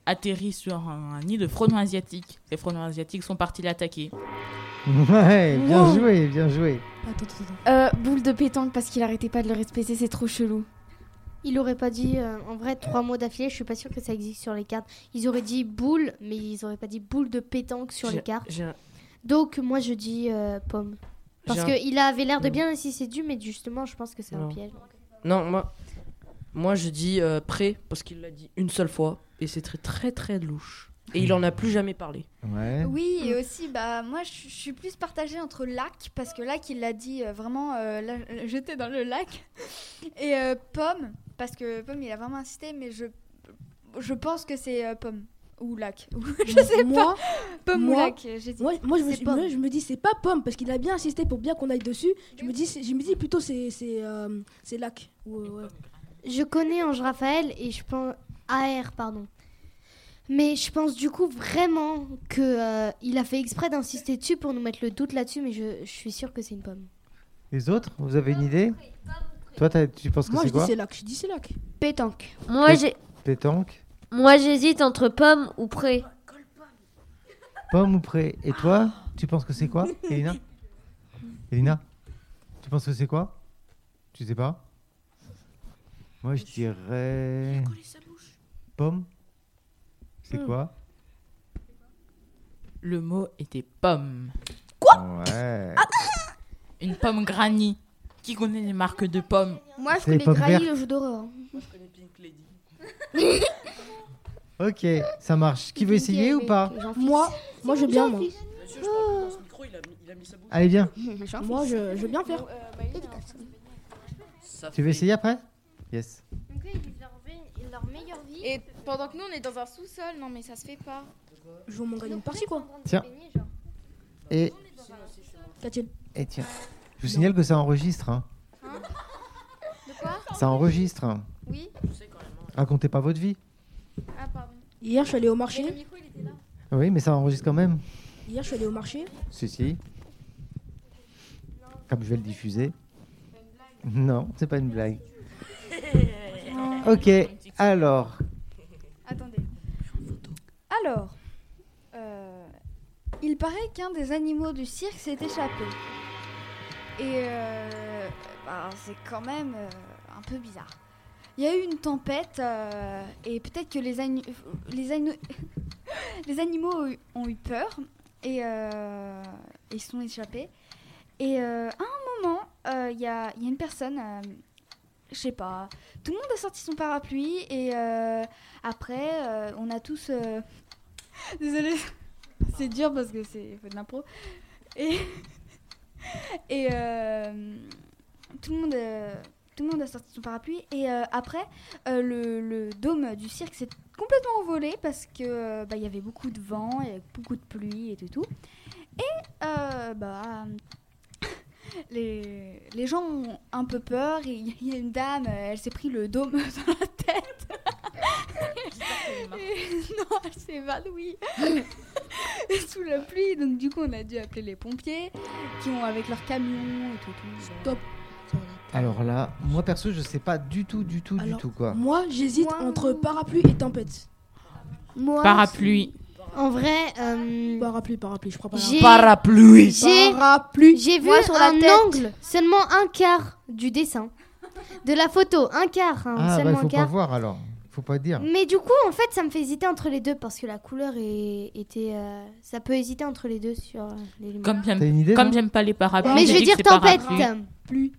F: atterri sur un, nid de frelons asiatiques. Les frelons asiatiques sont partis l'attaquer.
B: Ouais, bien
G: Wow.
B: joué, bien joué.
I: Attends, attends, attends.
G: euh, boule de pétanque, parce qu'il arrêtait pas de le respecter, c'est trop chelou.
E: Il aurait pas dit, euh, en vrai, trois mots d'affilée, je suis pas sûre que ça existe sur les cartes. Ils auraient dit boule, mais ils auraient pas dit boule de pétanque sur
C: J'ai-
E: les cartes.
C: j'ai un-
E: Donc, moi, je dis euh, pomme. Parce
C: J'ai un- Mm.
E: qu'il avait l'air de bien si c'est dû, mais justement, je pense que c'est un
C: Non.
E: piège.
C: Non, moi, moi je dis euh, prêt parce qu'il l'a dit une seule fois et c'est très très très louche. Et il en a plus jamais parlé.
B: Ouais.
K: Oui, et aussi, bah, moi, je je suis plus partagée entre lac, parce que lac, il l'a dit euh, vraiment, euh, là, euh, j'étais dans le lac, et euh, pomme, parce que pomme, il a vraiment insisté, mais je, je pense que c'est euh, pomme. Ou lac. je sais
I: Moi-
K: pas. Pomme ou
I: moi-
K: lac. j'ai dit.
I: Moi, moi, je, me,
K: C'est
I: je
K: pomme.
I: me- je me dis c'est pas pomme parce qu'il a bien insisté pour bien qu'on aille dessus. Je me dis c'est- je me dis plutôt c'est c'est euh, c'est lac. Ou, euh, ouais.
E: Je connais Ange Raphaël et je pense AR pardon. Mais je pense du coup vraiment que euh, il a fait exprès d'insister dessus pour nous mettre le doute là-dessus, mais je, je suis sûre que c'est une pomme.
B: Les autres, vous avez une idée Toi, t'as- tu penses que
I: Moi
B: c'est
I: je dis
B: quoi
I: c'est lac. Je dis c'est lac.
M: Pétanque. Moi j'ai
B: Pétanque,
M: moi j'hésite entre pomme ou pré.
B: pomme ou pré Et toi, tu penses que c'est quoi, Elina Elina, tu penses que c'est quoi Tu sais pas Moi, je dirais... Pomme C'est
F: Hmm.
B: quoi
F: Le mot était pomme.
B: Ouais.
F: Une pomme granny. Qui connaît les marques de pommes
E: Moi,
B: je hein. C'est connais pommes Granny, vertes.
E: le jeu d'horreur.
F: Moi, je connais Pink Lady.
B: Ok, ça marche. Qui veut essayer ou pas
I: Moi moi je veux bien moi.
B: Allez, viens.
I: Moi je, je veux bien faire.
B: Tu veux essayer après Yes.
E: leur meilleure vie.
L: Et pendant que nous on est dans un sous-sol, non mais ça se fait pas.
I: Je vous montrerai une partie quoi.
B: Tiens. Et,
I: Qu'a-t-il
B: et tiens, je vous signale que ça enregistre. hein. Ça enregistre. hein.
L: Oui.
F: hein.
B: Racontez pas votre vie.
L: Ah pardon.
I: Hier je suis allé au marché.
B: Oui, mais ça enregistre quand même.
I: Hier je suis allé au marché.
B: Si, si. Comme je vais le diffuser. Non, c'est pas une blague. Ok, alors,
K: Attendez. Alors, euh, il paraît qu'un des animaux du cirque s'est échappé. Et euh, bah, c'est quand même euh, un peu bizarre. Il y a eu une tempête euh, et peut-être que les, ani- les, ani- les animaux ont eu- ont eu peur et euh, ils se sont échappés. Et euh, à un moment, euh, il y, a, il y a une personne euh, je sais pas. Tout le monde a sorti son parapluie et euh, après, euh, on a tous. euh, Désolée, c'est dur parce que c'est faut de l'impro. Et, et euh, tout, le monde, euh, tout le monde a sorti son parapluie et euh, après, euh, le, le dôme du cirque s'est complètement envolé parce que euh, bah, il y avait beaucoup de vent, il y avait beaucoup de pluie et tout. tout. Et euh, bah les, les gens ont un peu peur. et Il y a- il y a une dame, euh, elle s'est pris le dôme dans la tête. Et- non, elle s'est évanouie. Et sous la pluie, donc du coup, on a dû appeler les pompiers qui ont avec leur camion et tout. tout Stop.
B: alors là, moi perso, je sais pas du tout, du tout, du tout quoi.
I: Moi j'hésite entre parapluie et tempête.
E: Moi,
F: Parapluie.
E: En vrai, euh,
I: parapluie, parapluie, je crois pas.
E: J'ai-
F: Parapluie.
E: J'ai
I: Parapluie.
E: j'ai vu
I: Moi, sur la
E: un
I: tête.
E: angle, seulement un quart du dessin, de la photo, un quart, hein,
B: Ah bah
E: seulement un
B: faut pas
E: quart.
B: voir alors, faut pas dire.
E: Mais du coup, en fait, ça me fait hésiter entre les deux parce que la couleur est- était. euh, ça peut hésiter entre les deux sur euh, les
F: Comme j'aime,
B: T'as une idée,
F: comme
B: non
F: j'aime pas les parapluies.
E: Mais je vais
F: dis que
E: dire
F: c'est
E: tempête.
F: parapluie.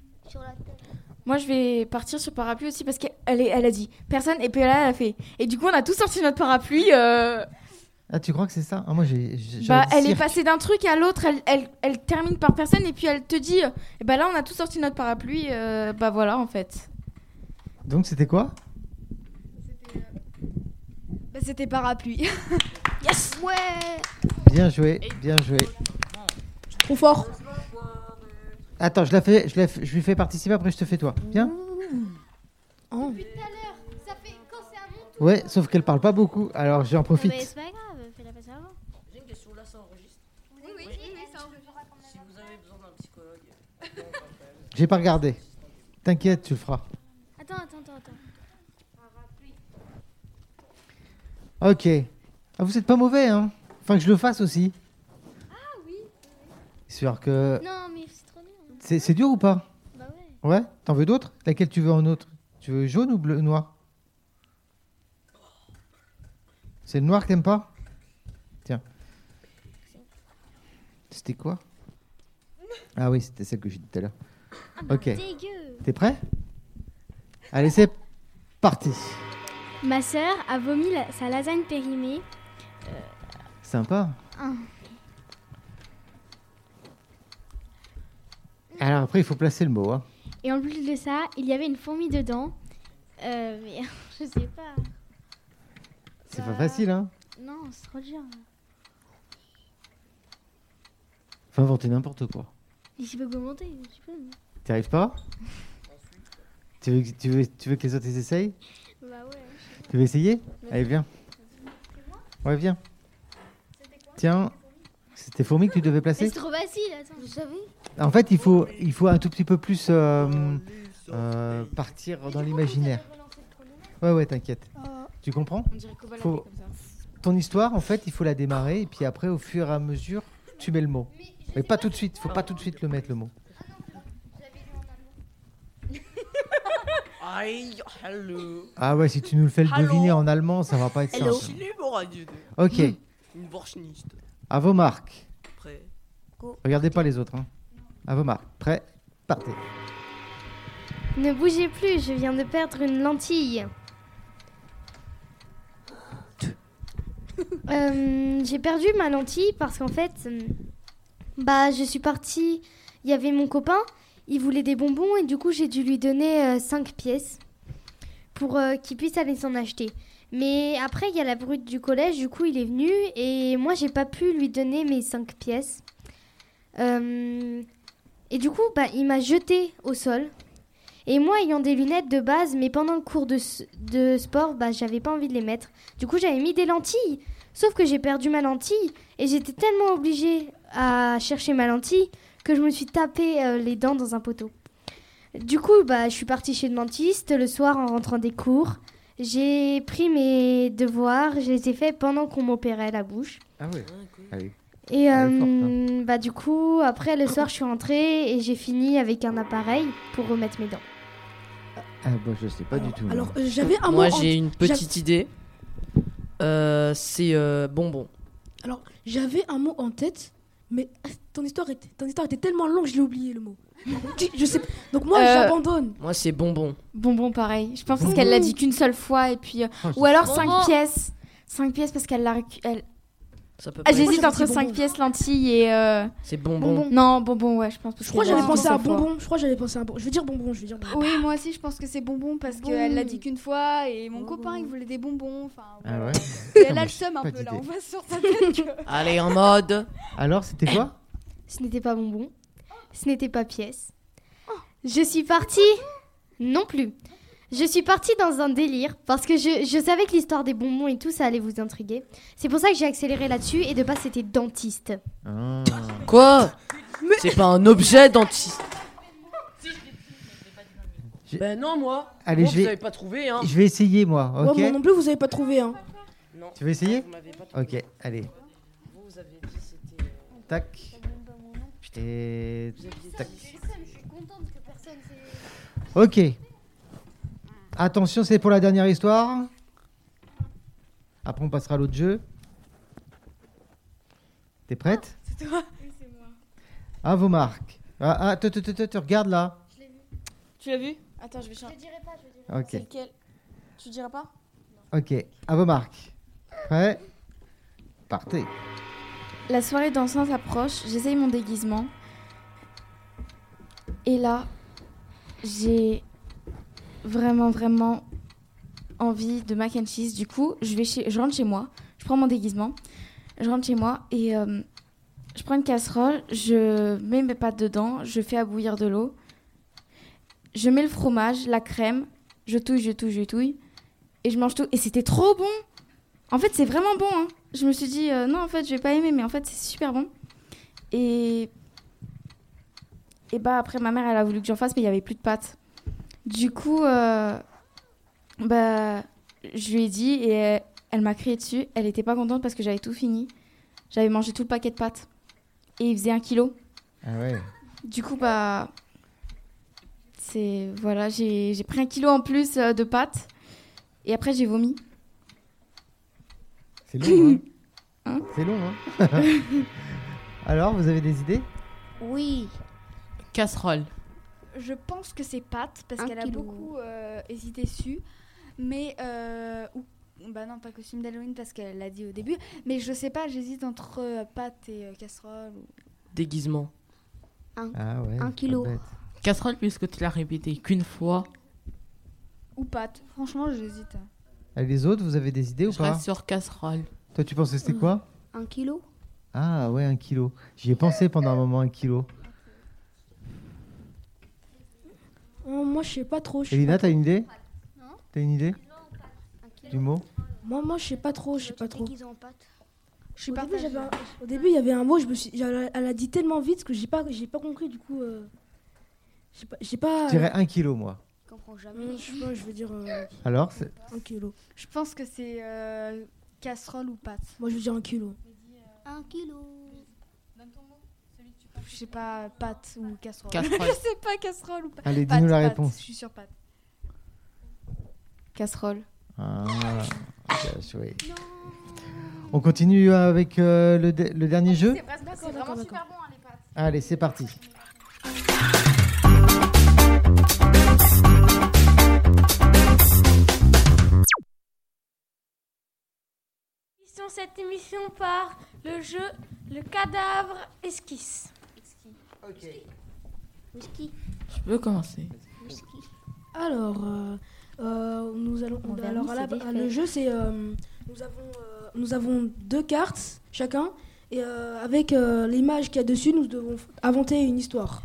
G: Moi, je vais partir sur parapluie aussi parce qu'elle est- elle a dit personne et puis là, elle a fait. Et du coup, on a tous sorti notre parapluie. euh,
B: Ah tu crois que c'est ça Ah moi j'ai. j'ai-
G: bah,
B: j'avais dit
G: elle est
B: cirque.
G: passée d'un truc à l'autre. Elle, elle, elle termine par personne et puis elle te dit euh, eh bah là, on a tous sorti notre parapluie. euh, bah voilà, en fait.
B: Donc c'était quoi
K: Bah, c'était parapluie. yes Ouais
B: Bien joué, bien joué.
I: Trop fort.
B: Attends, je la fais, je, la fais- je lui fais participer après je te fais toi. Bien
E: Depuis tout à l'heure, ça fait quand c'est à mon tour.
B: Ouais, sauf qu'elle parle pas beaucoup, alors j'en
E: Mais
B: profite.
E: c'est pas grave, fais la passer avant.
C: J'ai une question, là ça enregistre.
E: Oui, oui, ça enregistre.
C: Si vous avez besoin d'un psychologue.
B: J'ai pas regardé. T'inquiète, tu le feras.
E: Attends, attends, attends, attends.
B: Ok. Ah, vous êtes pas mauvais, hein Enfin, que je le fasse aussi.
E: Ah oui.
B: Sûr que.
E: Non, mais c'est trop bien.
B: C'est c'est dur ou pas
E: Bah ouais.
B: Ouais T'en veux d'autres Laquelle tu veux en autre Tu veux jaune ou bleu noir C'est le noir que t'aimes pas Tiens. C'était quoi Ah oui, c'était celle que j'ai dit tout à l'heure. ok.
A: dégueu.
B: T'es prêt Allez, c'est parti.
A: Ma sœur a vomi la- sa lasagne périmée.
B: Sympa.
A: Ah.
B: Alors après, il faut placer le mot. Hein.
A: Et en plus de ça, il y avait une fourmi dedans. Euh, mais je sais pas. Euh.
B: C'est pas facile, hein
D: Non, c'est trop dur.
B: Faut inventer n'importe quoi.
D: Et je peux commenter, un petit peu. mais-
B: T'y arrives pas tu veux, tu, veux, tu veux que les autres ils essayent
D: Bah ouais.
B: Tu veux essayer Allez, viens. Ouais, viens. Tiens, c'était fourmi que tu devais
E: Mais
B: placer
E: c'est trop facile, attends. Vous savez
B: En fait, il faut, il faut un tout petit peu plus euh, euh, partir dans l'imaginaire. Ouais, ouais, t'inquiète. Tu comprends
G: On dirait qu'on va
B: Faut-
G: l'appeler comme
B: Ton histoire, en fait, il faut la démarrer et puis après, au fur et à mesure, tu mets le mot. Mais pas tout de suite, faut pas tout de suite le mettre, le mot.
C: Aïe, hello.
B: Ah ouais, si tu nous le fais le
C: Hallo.
B: deviner en allemand, ça va pas être
C: Hello.
B: simple. Ok.
C: Ok. Une borchniste.
B: À vos marques.
C: Prêt.
B: Regardez pas les autres. Hein. À vos marques. Prêt Partez.
E: Ne bougez plus, je viens de perdre une lentille. Euh, j'ai perdu ma lentille parce qu'en fait, euh, bah, je suis partie. Il y avait mon copain, il voulait des bonbons et du coup, j'ai dû lui donner 5 pièces pour euh, qu'il puisse aller s'en acheter. Mais après, il y a la brute du collège, du coup, il est venu et moi, j'ai pas pu lui donner mes 5 pièces. Euh, et du coup, bah, il m'a jeté au sol. Et moi, ayant des lunettes de base, mais pendant le cours de, s- de sport, bah, j'avais pas envie de les mettre. Du coup, j'avais mis des lentilles. Sauf que j'ai perdu ma lentille et j'étais tellement obligée à chercher ma lentille que je me suis tapé euh, les dents dans un poteau. Du coup, bah, je suis partie chez le dentiste le soir en rentrant des cours. J'ai pris mes devoirs, je les ai faits pendant qu'on m'opérait la bouche.
B: Ah ouais. Allez.
E: Et euh, bah du coup, après le soir, je suis rentrée et j'ai fini avec un appareil pour remettre mes dents.
B: Ah bah je sais pas du tout.
I: Alors, euh, j'avais un
C: Moi,
I: mot en-
C: j'ai une
I: j'avais-
C: petite idée. Euh, c'est euh, bonbon.
I: Alors, j'avais un mot en tête, mais ton histoire était, ton histoire était tellement longue, je l'ai oublié le mot. Tu- je sais. Donc moi,
G: Euh,
I: j'abandonne.
C: Moi, c'est bonbon.
G: Bonbon, pareil. Je pense
C: Bonbon.
G: qu'elle l'a dit qu'une seule fois. Et puis, euh,
C: Oh,
G: ou alors
B: Ah
C: c'est-
G: 5
C: Bonbon.
G: pièces. 5 pièces parce qu'elle l'a récu- elle-
C: Ça peut
G: Ah,
C: pas être-
G: J'hésite entre 5 pièces lentilles et. euh,
C: C'est bonbon. Bonbon.
G: Non, bonbon, ouais, je pense.
I: Je crois que j'avais pensé à bonbon. Je crois que j'avais pensé à bonbon. Je vais dire bonbon. Je vais dire bonbon.
K: Oui,
N: Ah.
K: moi aussi, je pense que c'est bonbon parce
I: Bon.
K: qu'elle l'a dit qu'une fois et
N: Oh
K: mon copain, il voulait des bonbons. Enfin,
B: Ah ouais
K: et elle a
B: Moi,
K: le
B: j'ai
K: seum un
B: pas
K: peu là,
B: d'idée.
K: on va sur sa tête. que-
C: Allez, en mode.
B: Alors, c'était quoi
E: Ce n'était pas bonbon, ce n'était pas pièce. Je suis partie non plus. Je suis partie dans un délire parce que je, je savais que l'histoire des bonbons et tout ça allait vous intriguer. C'est pour ça que j'ai accéléré là-dessus et de base c'était dentiste.
C: Quoi C'est pas un objet dentiste. Ben non, moi.
B: Allez,
C: Moi,
B: je
C: Vous
B: vais-
C: avez pas trouvé, hein.
B: Je vais essayer moi,
I: Ouais,
B: ok
I: moi non plus, vous avez pas trouvé. Hein.
B: Tu veux essayer
C: Vous m'avez pas
B: Ok, allez.
C: euh,
B: Tac. Et tac. Ok. Attention, c'est pour la dernière histoire. Après, on passera à l'autre jeu. T'es prête
G: Ah,
H: C'est toi
B: À vos marques. Ah, ah, te, te, te, te, te, regarde là.
G: Tu l'as vu Attends, je vais changer. Je dirai pas, je
B: pas. Ok.
G: C'est lequel Tu diras pas
B: Ok, à vos marques. Prêt Partez.
G: La soirée dansante approche, j'essaye mon déguisement. Et là, j'ai vraiment, vraiment envie de mac and cheese. Du coup, je, vais chez, je rentre chez moi, je prends mon déguisement, je rentre chez moi et euh, je prends une casserole, je mets mes pâtes dedans, je fais à bouillir de l'eau, je mets le fromage, la crème, je touille, je touille, je touille et je mange tout. Et c'était trop bon! En fait, c'est vraiment bon. hein. Je me suis dit, euh, non, en fait, je vais pas aimer, mais en fait, c'est super bon. Et. Et bah, après, ma mère, elle a voulu que j'en fasse, mais il y avait plus de pâtes. Du coup, euh, bah, je lui ai dit, et elle, elle m'a crié dessus. Elle était pas contente parce que j'avais tout fini. J'avais mangé tout le paquet de pâtes. Et il faisait un kilo.
B: Ah ouais.
G: Du coup, bah. C'est. Voilà, j'ai j'ai pris un kilo en plus euh, de pâtes. Et après, j'ai vomi.
B: C'est long, hein,
G: Hein
B: C'est long, hein Alors, vous avez des idées
K: Oui.
F: Casserole.
K: Je pense que c'est pâte parce
J: Un
K: qu'elle a
J: kilo.
K: beaucoup euh, hésité dessus. Mais. euh, ou- bah non, pas costume d'Halloween parce qu'elle l'a dit au début. Mais je sais pas, j'hésite entre euh, pâte et euh, casserole. ou-
C: Déguisement.
K: Un,
B: Ah ouais, pas kilo. bête.
F: Casserole, puisque tu l'as répété qu'une fois.
K: Ou pâte. Franchement, j'hésite.
B: Allez, Les autres, vous avez des idées ou
F: Je
B: pas
F: reste sur casserole.
B: Toi, tu pensais que c'était quoi
N: Un kilo
B: Ah ouais, un kilo. J'y ai pensé pendant un moment, un kilo.
I: Oh, moi, je sais pas trop. je sais
B: Elina,
I: pas
B: t'as
I: trop.
B: une idée T'as une idée Du mot
I: Moi, moi, je sais pas trop, je sais pas trop. Je suis
N: Au
I: pas
N: début, j'avais un-
I: Au début, il y avait un mot, je me suis, elle, a dit tellement vite que j'ai pas, j'ai pas compris du coup. euh, j'ai pas, j'ai pas.
B: Je dirais un kilo, moi.
I: Je comprends jamais. Je sais pas, je veux dire. euh,
B: Alors, c'est-
I: un kilo.
K: Je pense que c'est euh, casserole ou pâte.
I: Moi, je veux dire un kilo.
K: Un kilo. Je sais pas, pâte ou casserole.
B: Casserole.
K: je sais pas, casserole ou pâte.
B: Allez,
K: Pâte,
B: dis-nous la
K: pâte,
B: réponse.
K: Je suis sur pâte.
G: Casserole.
B: Ah, bien joué. On continue avec euh, le, de- le
K: Ah,
B: dernier jeu
L: Ah, C'est vraiment super bon.
B: Allez, c'est parti.
O: Émission- Cette émission par le jeu Le cadavre esquisse.
F: Tu peux commencer.
I: Alors, euh, euh, nous allons.
J: Mon vernis
I: alors, à la-
J: se défait.
I: le jeu, c'est. euh, nous, avons, euh, nous avons deux cartes chacun. Et euh, avec euh, l'image qu'il y a dessus, nous devons f- inventer une histoire.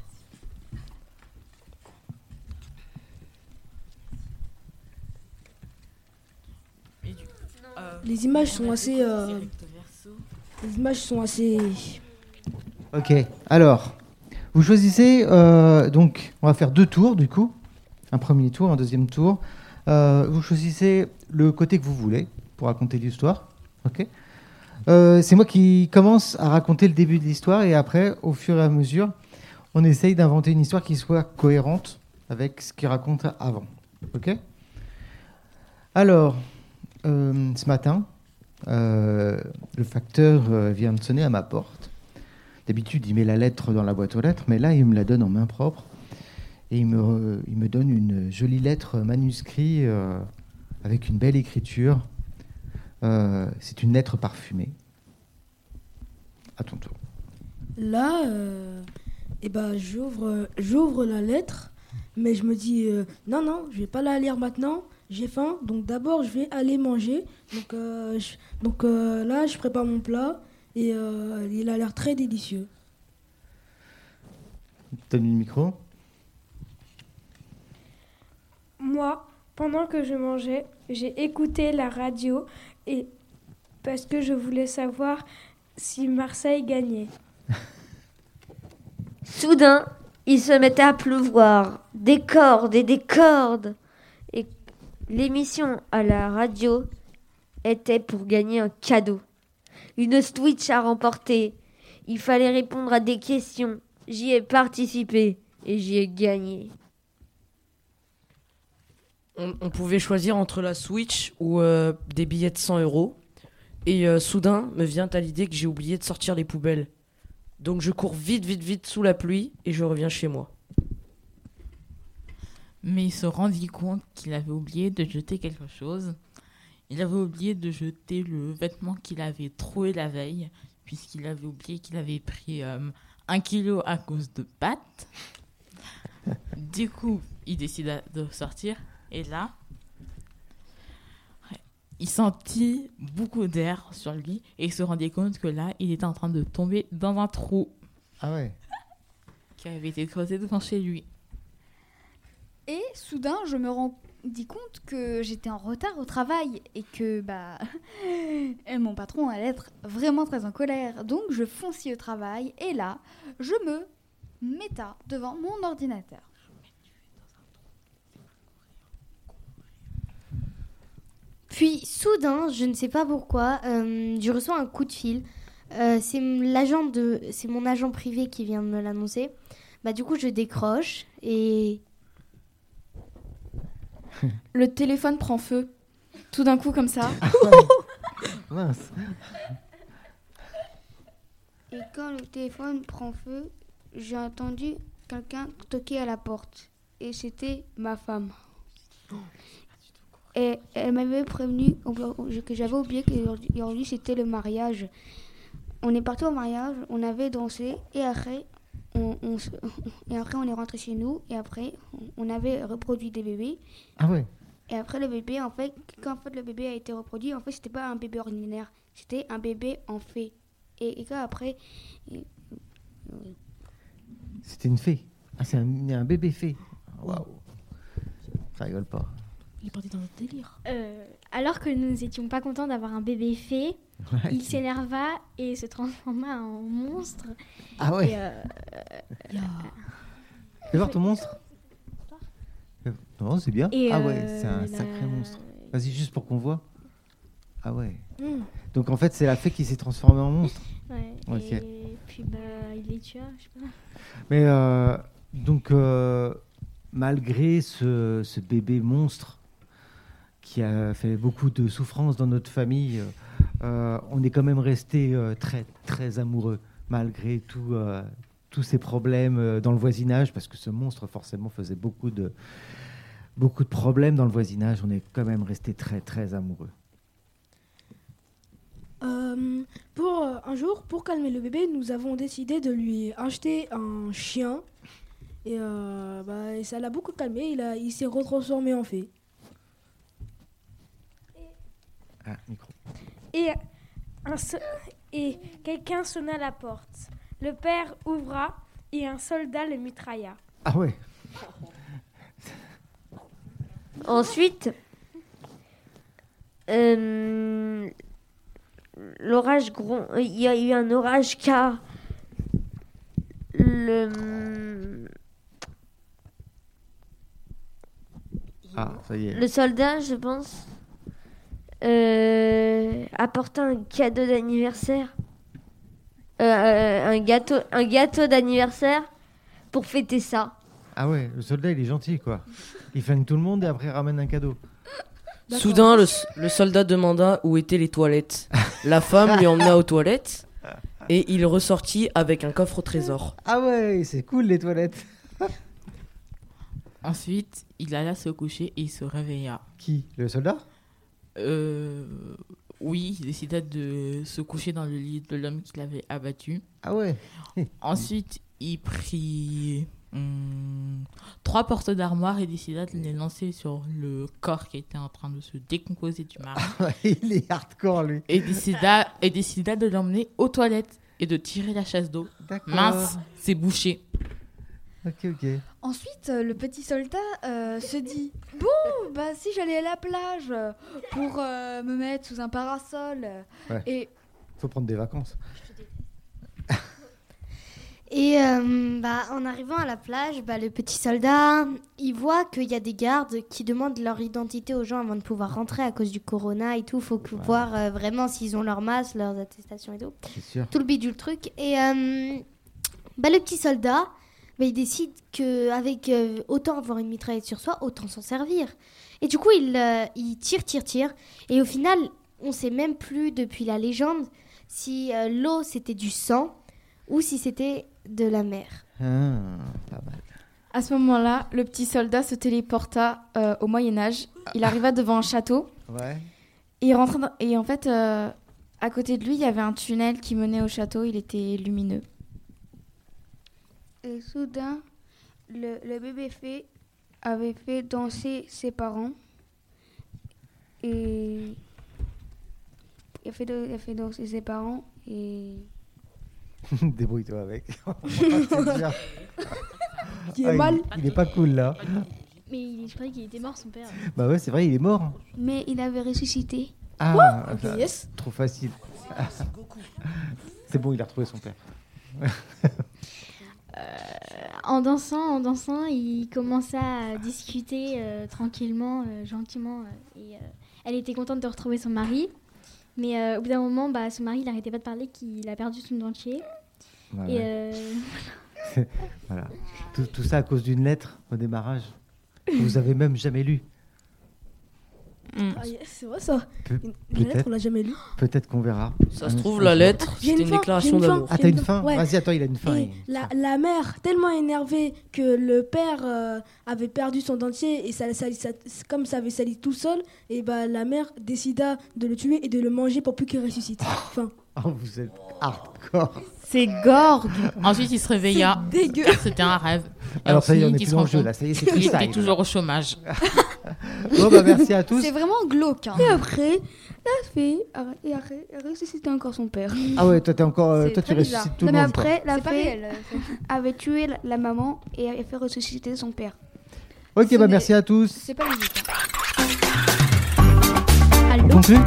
I: Les images Euh, sont assez. euh, les images sont assez.
B: Ok, alors, vous choisissez, euh, donc, on va faire deux tours du coup, un premier tour, un deuxième tour. Euh, vous choisissez le côté que vous voulez pour raconter l'histoire. Ok. Euh, C'est moi qui commence à raconter le début de l'histoire et après, au fur et à mesure, on essaye d'inventer une histoire qui soit cohérente avec ce qu'il raconte avant. Ok Alors, euh, ce matin, euh, le facteur euh, vient de sonner à ma porte. D'habitude, il met la lettre dans la boîte aux lettres, mais là, il me la donne en main propre. Et il me, re- il me donne une jolie lettre manuscrite euh, avec une belle écriture. Euh, C'est une lettre parfumée. À ton tour.
I: Là, euh, et ben, j'ouvre, euh, j'ouvre la lettre, mais je me dis euh, non, non, je vais pas la lire maintenant. J'ai faim, donc d'abord je vais aller manger. Donc, euh, je- donc euh, là, je prépare mon plat et euh, il a l'air très délicieux.
B: Donne le micro.
O: Moi, pendant que je mangeais, j'ai écouté la radio et parce que je voulais savoir si Marseille gagnait.
M: Soudain, il se mettait à pleuvoir. Des cordes et des cordes. Et l'émission à la radio était pour gagner un cadeau. Une Switch à remporter. Il fallait répondre à des questions. J'y ai participé et j'y ai gagné.
C: On, on pouvait choisir entre la Switch ou euh, des billets de 100 euros. Et euh, soudain, me vient à l'idée que j'ai oublié de sortir les poubelles. Donc je cours vite, vite, vite sous la pluie et je reviens chez moi.
F: mais il se rendit compte qu'il avait oublié de jeter quelque chose. Il avait oublié de jeter le vêtement qu'il avait troué la veille, puisqu'il avait oublié qu'il avait pris euh, un kilo à cause de pâtes. du coup, il décida de sortir, et là, il sentit beaucoup d'air sur lui, et il se rendait compte que là, il était en train de tomber dans un trou
B: Ah ouais
F: qui avait été creusé devant chez lui.
D: Et soudain, je me rendis compte que j'étais en retard au travail et que bah et mon patron allait être vraiment très en colère. Donc je foncis au travail et là, je me m'étale devant mon ordinateur.
E: Puis soudain, je ne sais pas pourquoi, euh, je reçois un coup de fil. Euh, c'est m- l'agent de, c'est mon agent privé qui vient de me l'annoncer. Bah du coup, je décroche et
G: Le téléphone prend feu. Tout d'un coup, comme ça.
B: Mince.
N: Et quand le téléphone prend feu, j'ai entendu quelqu'un toquer à la porte. Et c'était ma femme. Et elle m'avait prévenu que j'avais oublié qu'aujourd'hui c'était le mariage. On est parti au mariage, on avait dansé et après on, on se- et après on est rentré chez nous et après on avait reproduit des bébés.
B: Ah ouais
N: Et après le bébé, en fait, quand en fait, le bébé a été reproduit, en fait, c'était pas un bébé ordinaire, C'était un bébé en fée. Et, et quand après. et-
B: C'était une fée. Ah, c'est un, un bébé fée. Waouh. Ça rigole pas.
A: Il est parti dans un délire.
P: Euh, alors que nous n'étions pas contents d'avoir un bébé fée,
B: Ouais.
P: il s'énerva et se transforma en monstre.
B: Ah ouais.
P: Et, euh,
B: Fais voir ton monstre. Non, c'est bien.
P: Et,
B: ah ouais,
P: euh,
B: c'est un
P: la-
B: sacré monstre. Vas-y, juste pour qu'on voit. Ah ouais.
P: Mm.
B: Donc en fait, c'est la fée qui s'est transformée en monstre.
P: ouais,
B: Ok.
P: Et puis bah, il les tua, je sais pas.
B: Mais euh, donc, euh, malgré ce, ce bébé monstre qui a fait beaucoup de souffrances dans notre famille, euh, euh, on est quand même resté euh, très, très amoureux, malgré tout, euh, tous ces problèmes euh, dans le voisinage, parce que ce monstre, forcément, faisait beaucoup de, beaucoup de problèmes dans le voisinage. On est quand même resté très, très amoureux.
I: Euh, pour euh, un jour, pour calmer le bébé, nous avons décidé de lui acheter un chien. Et, euh, bah, et ça l'a beaucoup calmé. Il, a- il s'est retransformé en fée.
B: Ah, micro.
A: Et, un so- et quelqu'un sonna à la porte. Le père ouvra et un soldat le mitrailla.
B: Ah ouais.
M: Ensuite, euh, l'orage gron- il y a eu un orage car le
B: Ah, ça y est.
M: le soldat, je pense, euh, apporta un cadeau d'anniversaire, Euh, euh, un gâteau, un gâteau d'anniversaire pour fêter ça.
B: Ah ouais, le soldat, il est gentil, quoi. Il flingue tout le monde et après, il ramène un cadeau.
C: Soudain, le, le soldat demanda où étaient les toilettes. La femme lui emmena aux toilettes et il ressortit avec un coffre au trésor.
B: Ah ouais, c'est cool les toilettes.
F: Ensuite, il alla se coucher et il se réveilla.
B: Qui Le soldat
F: Euh, Oui, il décida de se coucher dans le lit de l'homme qu'il avait abattu.
B: Ah ouais
F: Ensuite, il prit hum, trois portes d'armoire et décida de les lancer sur le corps qui était en train de se décomposer du marin.
B: il est hardcore, lui.
F: Et décida, et décida de l'emmener aux toilettes et de tirer la chasse d'eau.
B: D'accord.
F: Mince, c'est bouché.
B: Ok, ok.
K: Ensuite, euh, le petit soldat euh, se dit Bon, bah si j'allais à la plage euh, pour euh, me mettre sous un parasol. euh,
B: Ouais.
K: Et
B: Faut prendre des vacances.
E: Et euh, bah, en arrivant à la plage, bah, le petit soldat, il voit qu'il y a des gardes qui demandent leur identité aux gens avant de pouvoir rentrer à cause du corona et tout. Faut que voir euh, vraiment s'ils ont leur masque, leurs attestations et tout.
B: C'est sûr.
E: Tout le bidule truc. Et euh, bah, le petit soldat, bah, il décide qu'avec autant avoir une mitraillette sur soi, autant s'en servir. Et du coup, il, euh, il tire, tire, tire. Et au final, on sait même plus depuis la légende si euh, l'eau c'était du sang ou si c'était de la mer.
B: Ah, pas mal.
G: À ce moment-là, le petit soldat se téléporta euh, au Moyen Âge. Il arriva devant un château
B: Ouais.
G: et il rentra dans- et en fait, euh, à côté de lui, il y avait un tunnel qui menait au château. Il était lumineux.
N: Et soudain, le, le bébé fée avait fait danser ses parents. Et il a fait, dan- il a fait danser ses parents. Et
B: Débrouille-toi avec. C'est dur.
N: Il est
B: Ah,
N: mal.
B: Il est pas cool là.
P: Mais il je croyais qu'il était mort son père.
B: Bah ouais, c'est vrai, il est mort.
N: Mais il avait ressuscité.
B: Ah,
N: Ok,
B: ça-
N: yes.
B: trop facile. Ah. C'est bon, il a retrouvé son père.
P: En dansant, en dansant, il commença à discuter euh, tranquillement, euh, gentiment. euh, et euh, elle était contente de retrouver son mari. Mais euh, au bout d'un moment, bah, son mari n'arrêtait pas de parler qu'il a perdu son dentier.
B: Bah Ouais,
P: et
B: ouais.
P: euh,
B: voilà. Tout, tout ça à cause d'une lettre au démarrage. que Vous avez même jamais lu.
I: Ah, yes, c'est vrai ça.
B: Pe-
I: Une- une lettre,
B: peut-être.
I: on l'a jamais lue.
B: Peut-être qu'on verra.
C: Ça se
B: Un-
C: trouve,
B: un
C: la
B: jour.
C: lettre,
I: J'ai une fin, j'ai une fin,
B: Ah,
I: j'ai
B: t'as une fin
I: ouais.
B: Vas-y, attends, il a une fin.
I: Et la, la mère, tellement énervée que le père euh, avait perdu son dentier et ça, ça- ça- comme ça avait sali tout seul, et bah la mère décida de le tuer et de le manger pour plus qu'il ressuscite. Enfin,
B: Oh, vous êtes hardcore.
G: C'est gorg.
F: Ensuite, il se réveilla.
I: C'est dégueu.
F: car C'était un rêve. Et
B: Alors, ça y est, on
F: ensuite,
B: est plus
F: il se
B: dans le
F: rend
B: jeu,
F: compte
B: là. Ça y est, c'est
F: qu'il
B: freestyle,
F: était
B: là.
F: toujours au chômage.
B: Bon, bah, merci à tous.
K: C'est vraiment glauque. hein.
N: Et après, la fille arrête- et arrête- et ressuscitait encore son père.
B: Ah ouais, toi, t'es encore, euh,
N: C'est
B: toi tu
N: très bizarre.
B: ressuscites tout
N: Non,
B: le
N: mais
B: monde. quoi.
N: après, la
K: C'est pas
N: fée
K: réel, euh,
N: avait tué la, la maman et avait fait ressusciter son père.
B: Ok, bah, merci à tous.
N: C'est pas
K: hein.
N: logique.
B: On conclut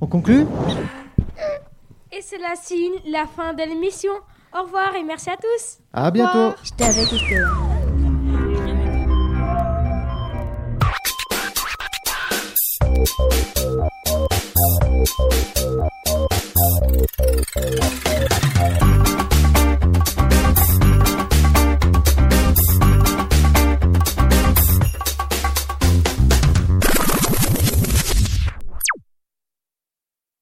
B: On conclut
A: Et cela signe la fin de l'émission. Au revoir et merci à tous.
B: À bientôt.
A: J'étais avec
Q: Thank you.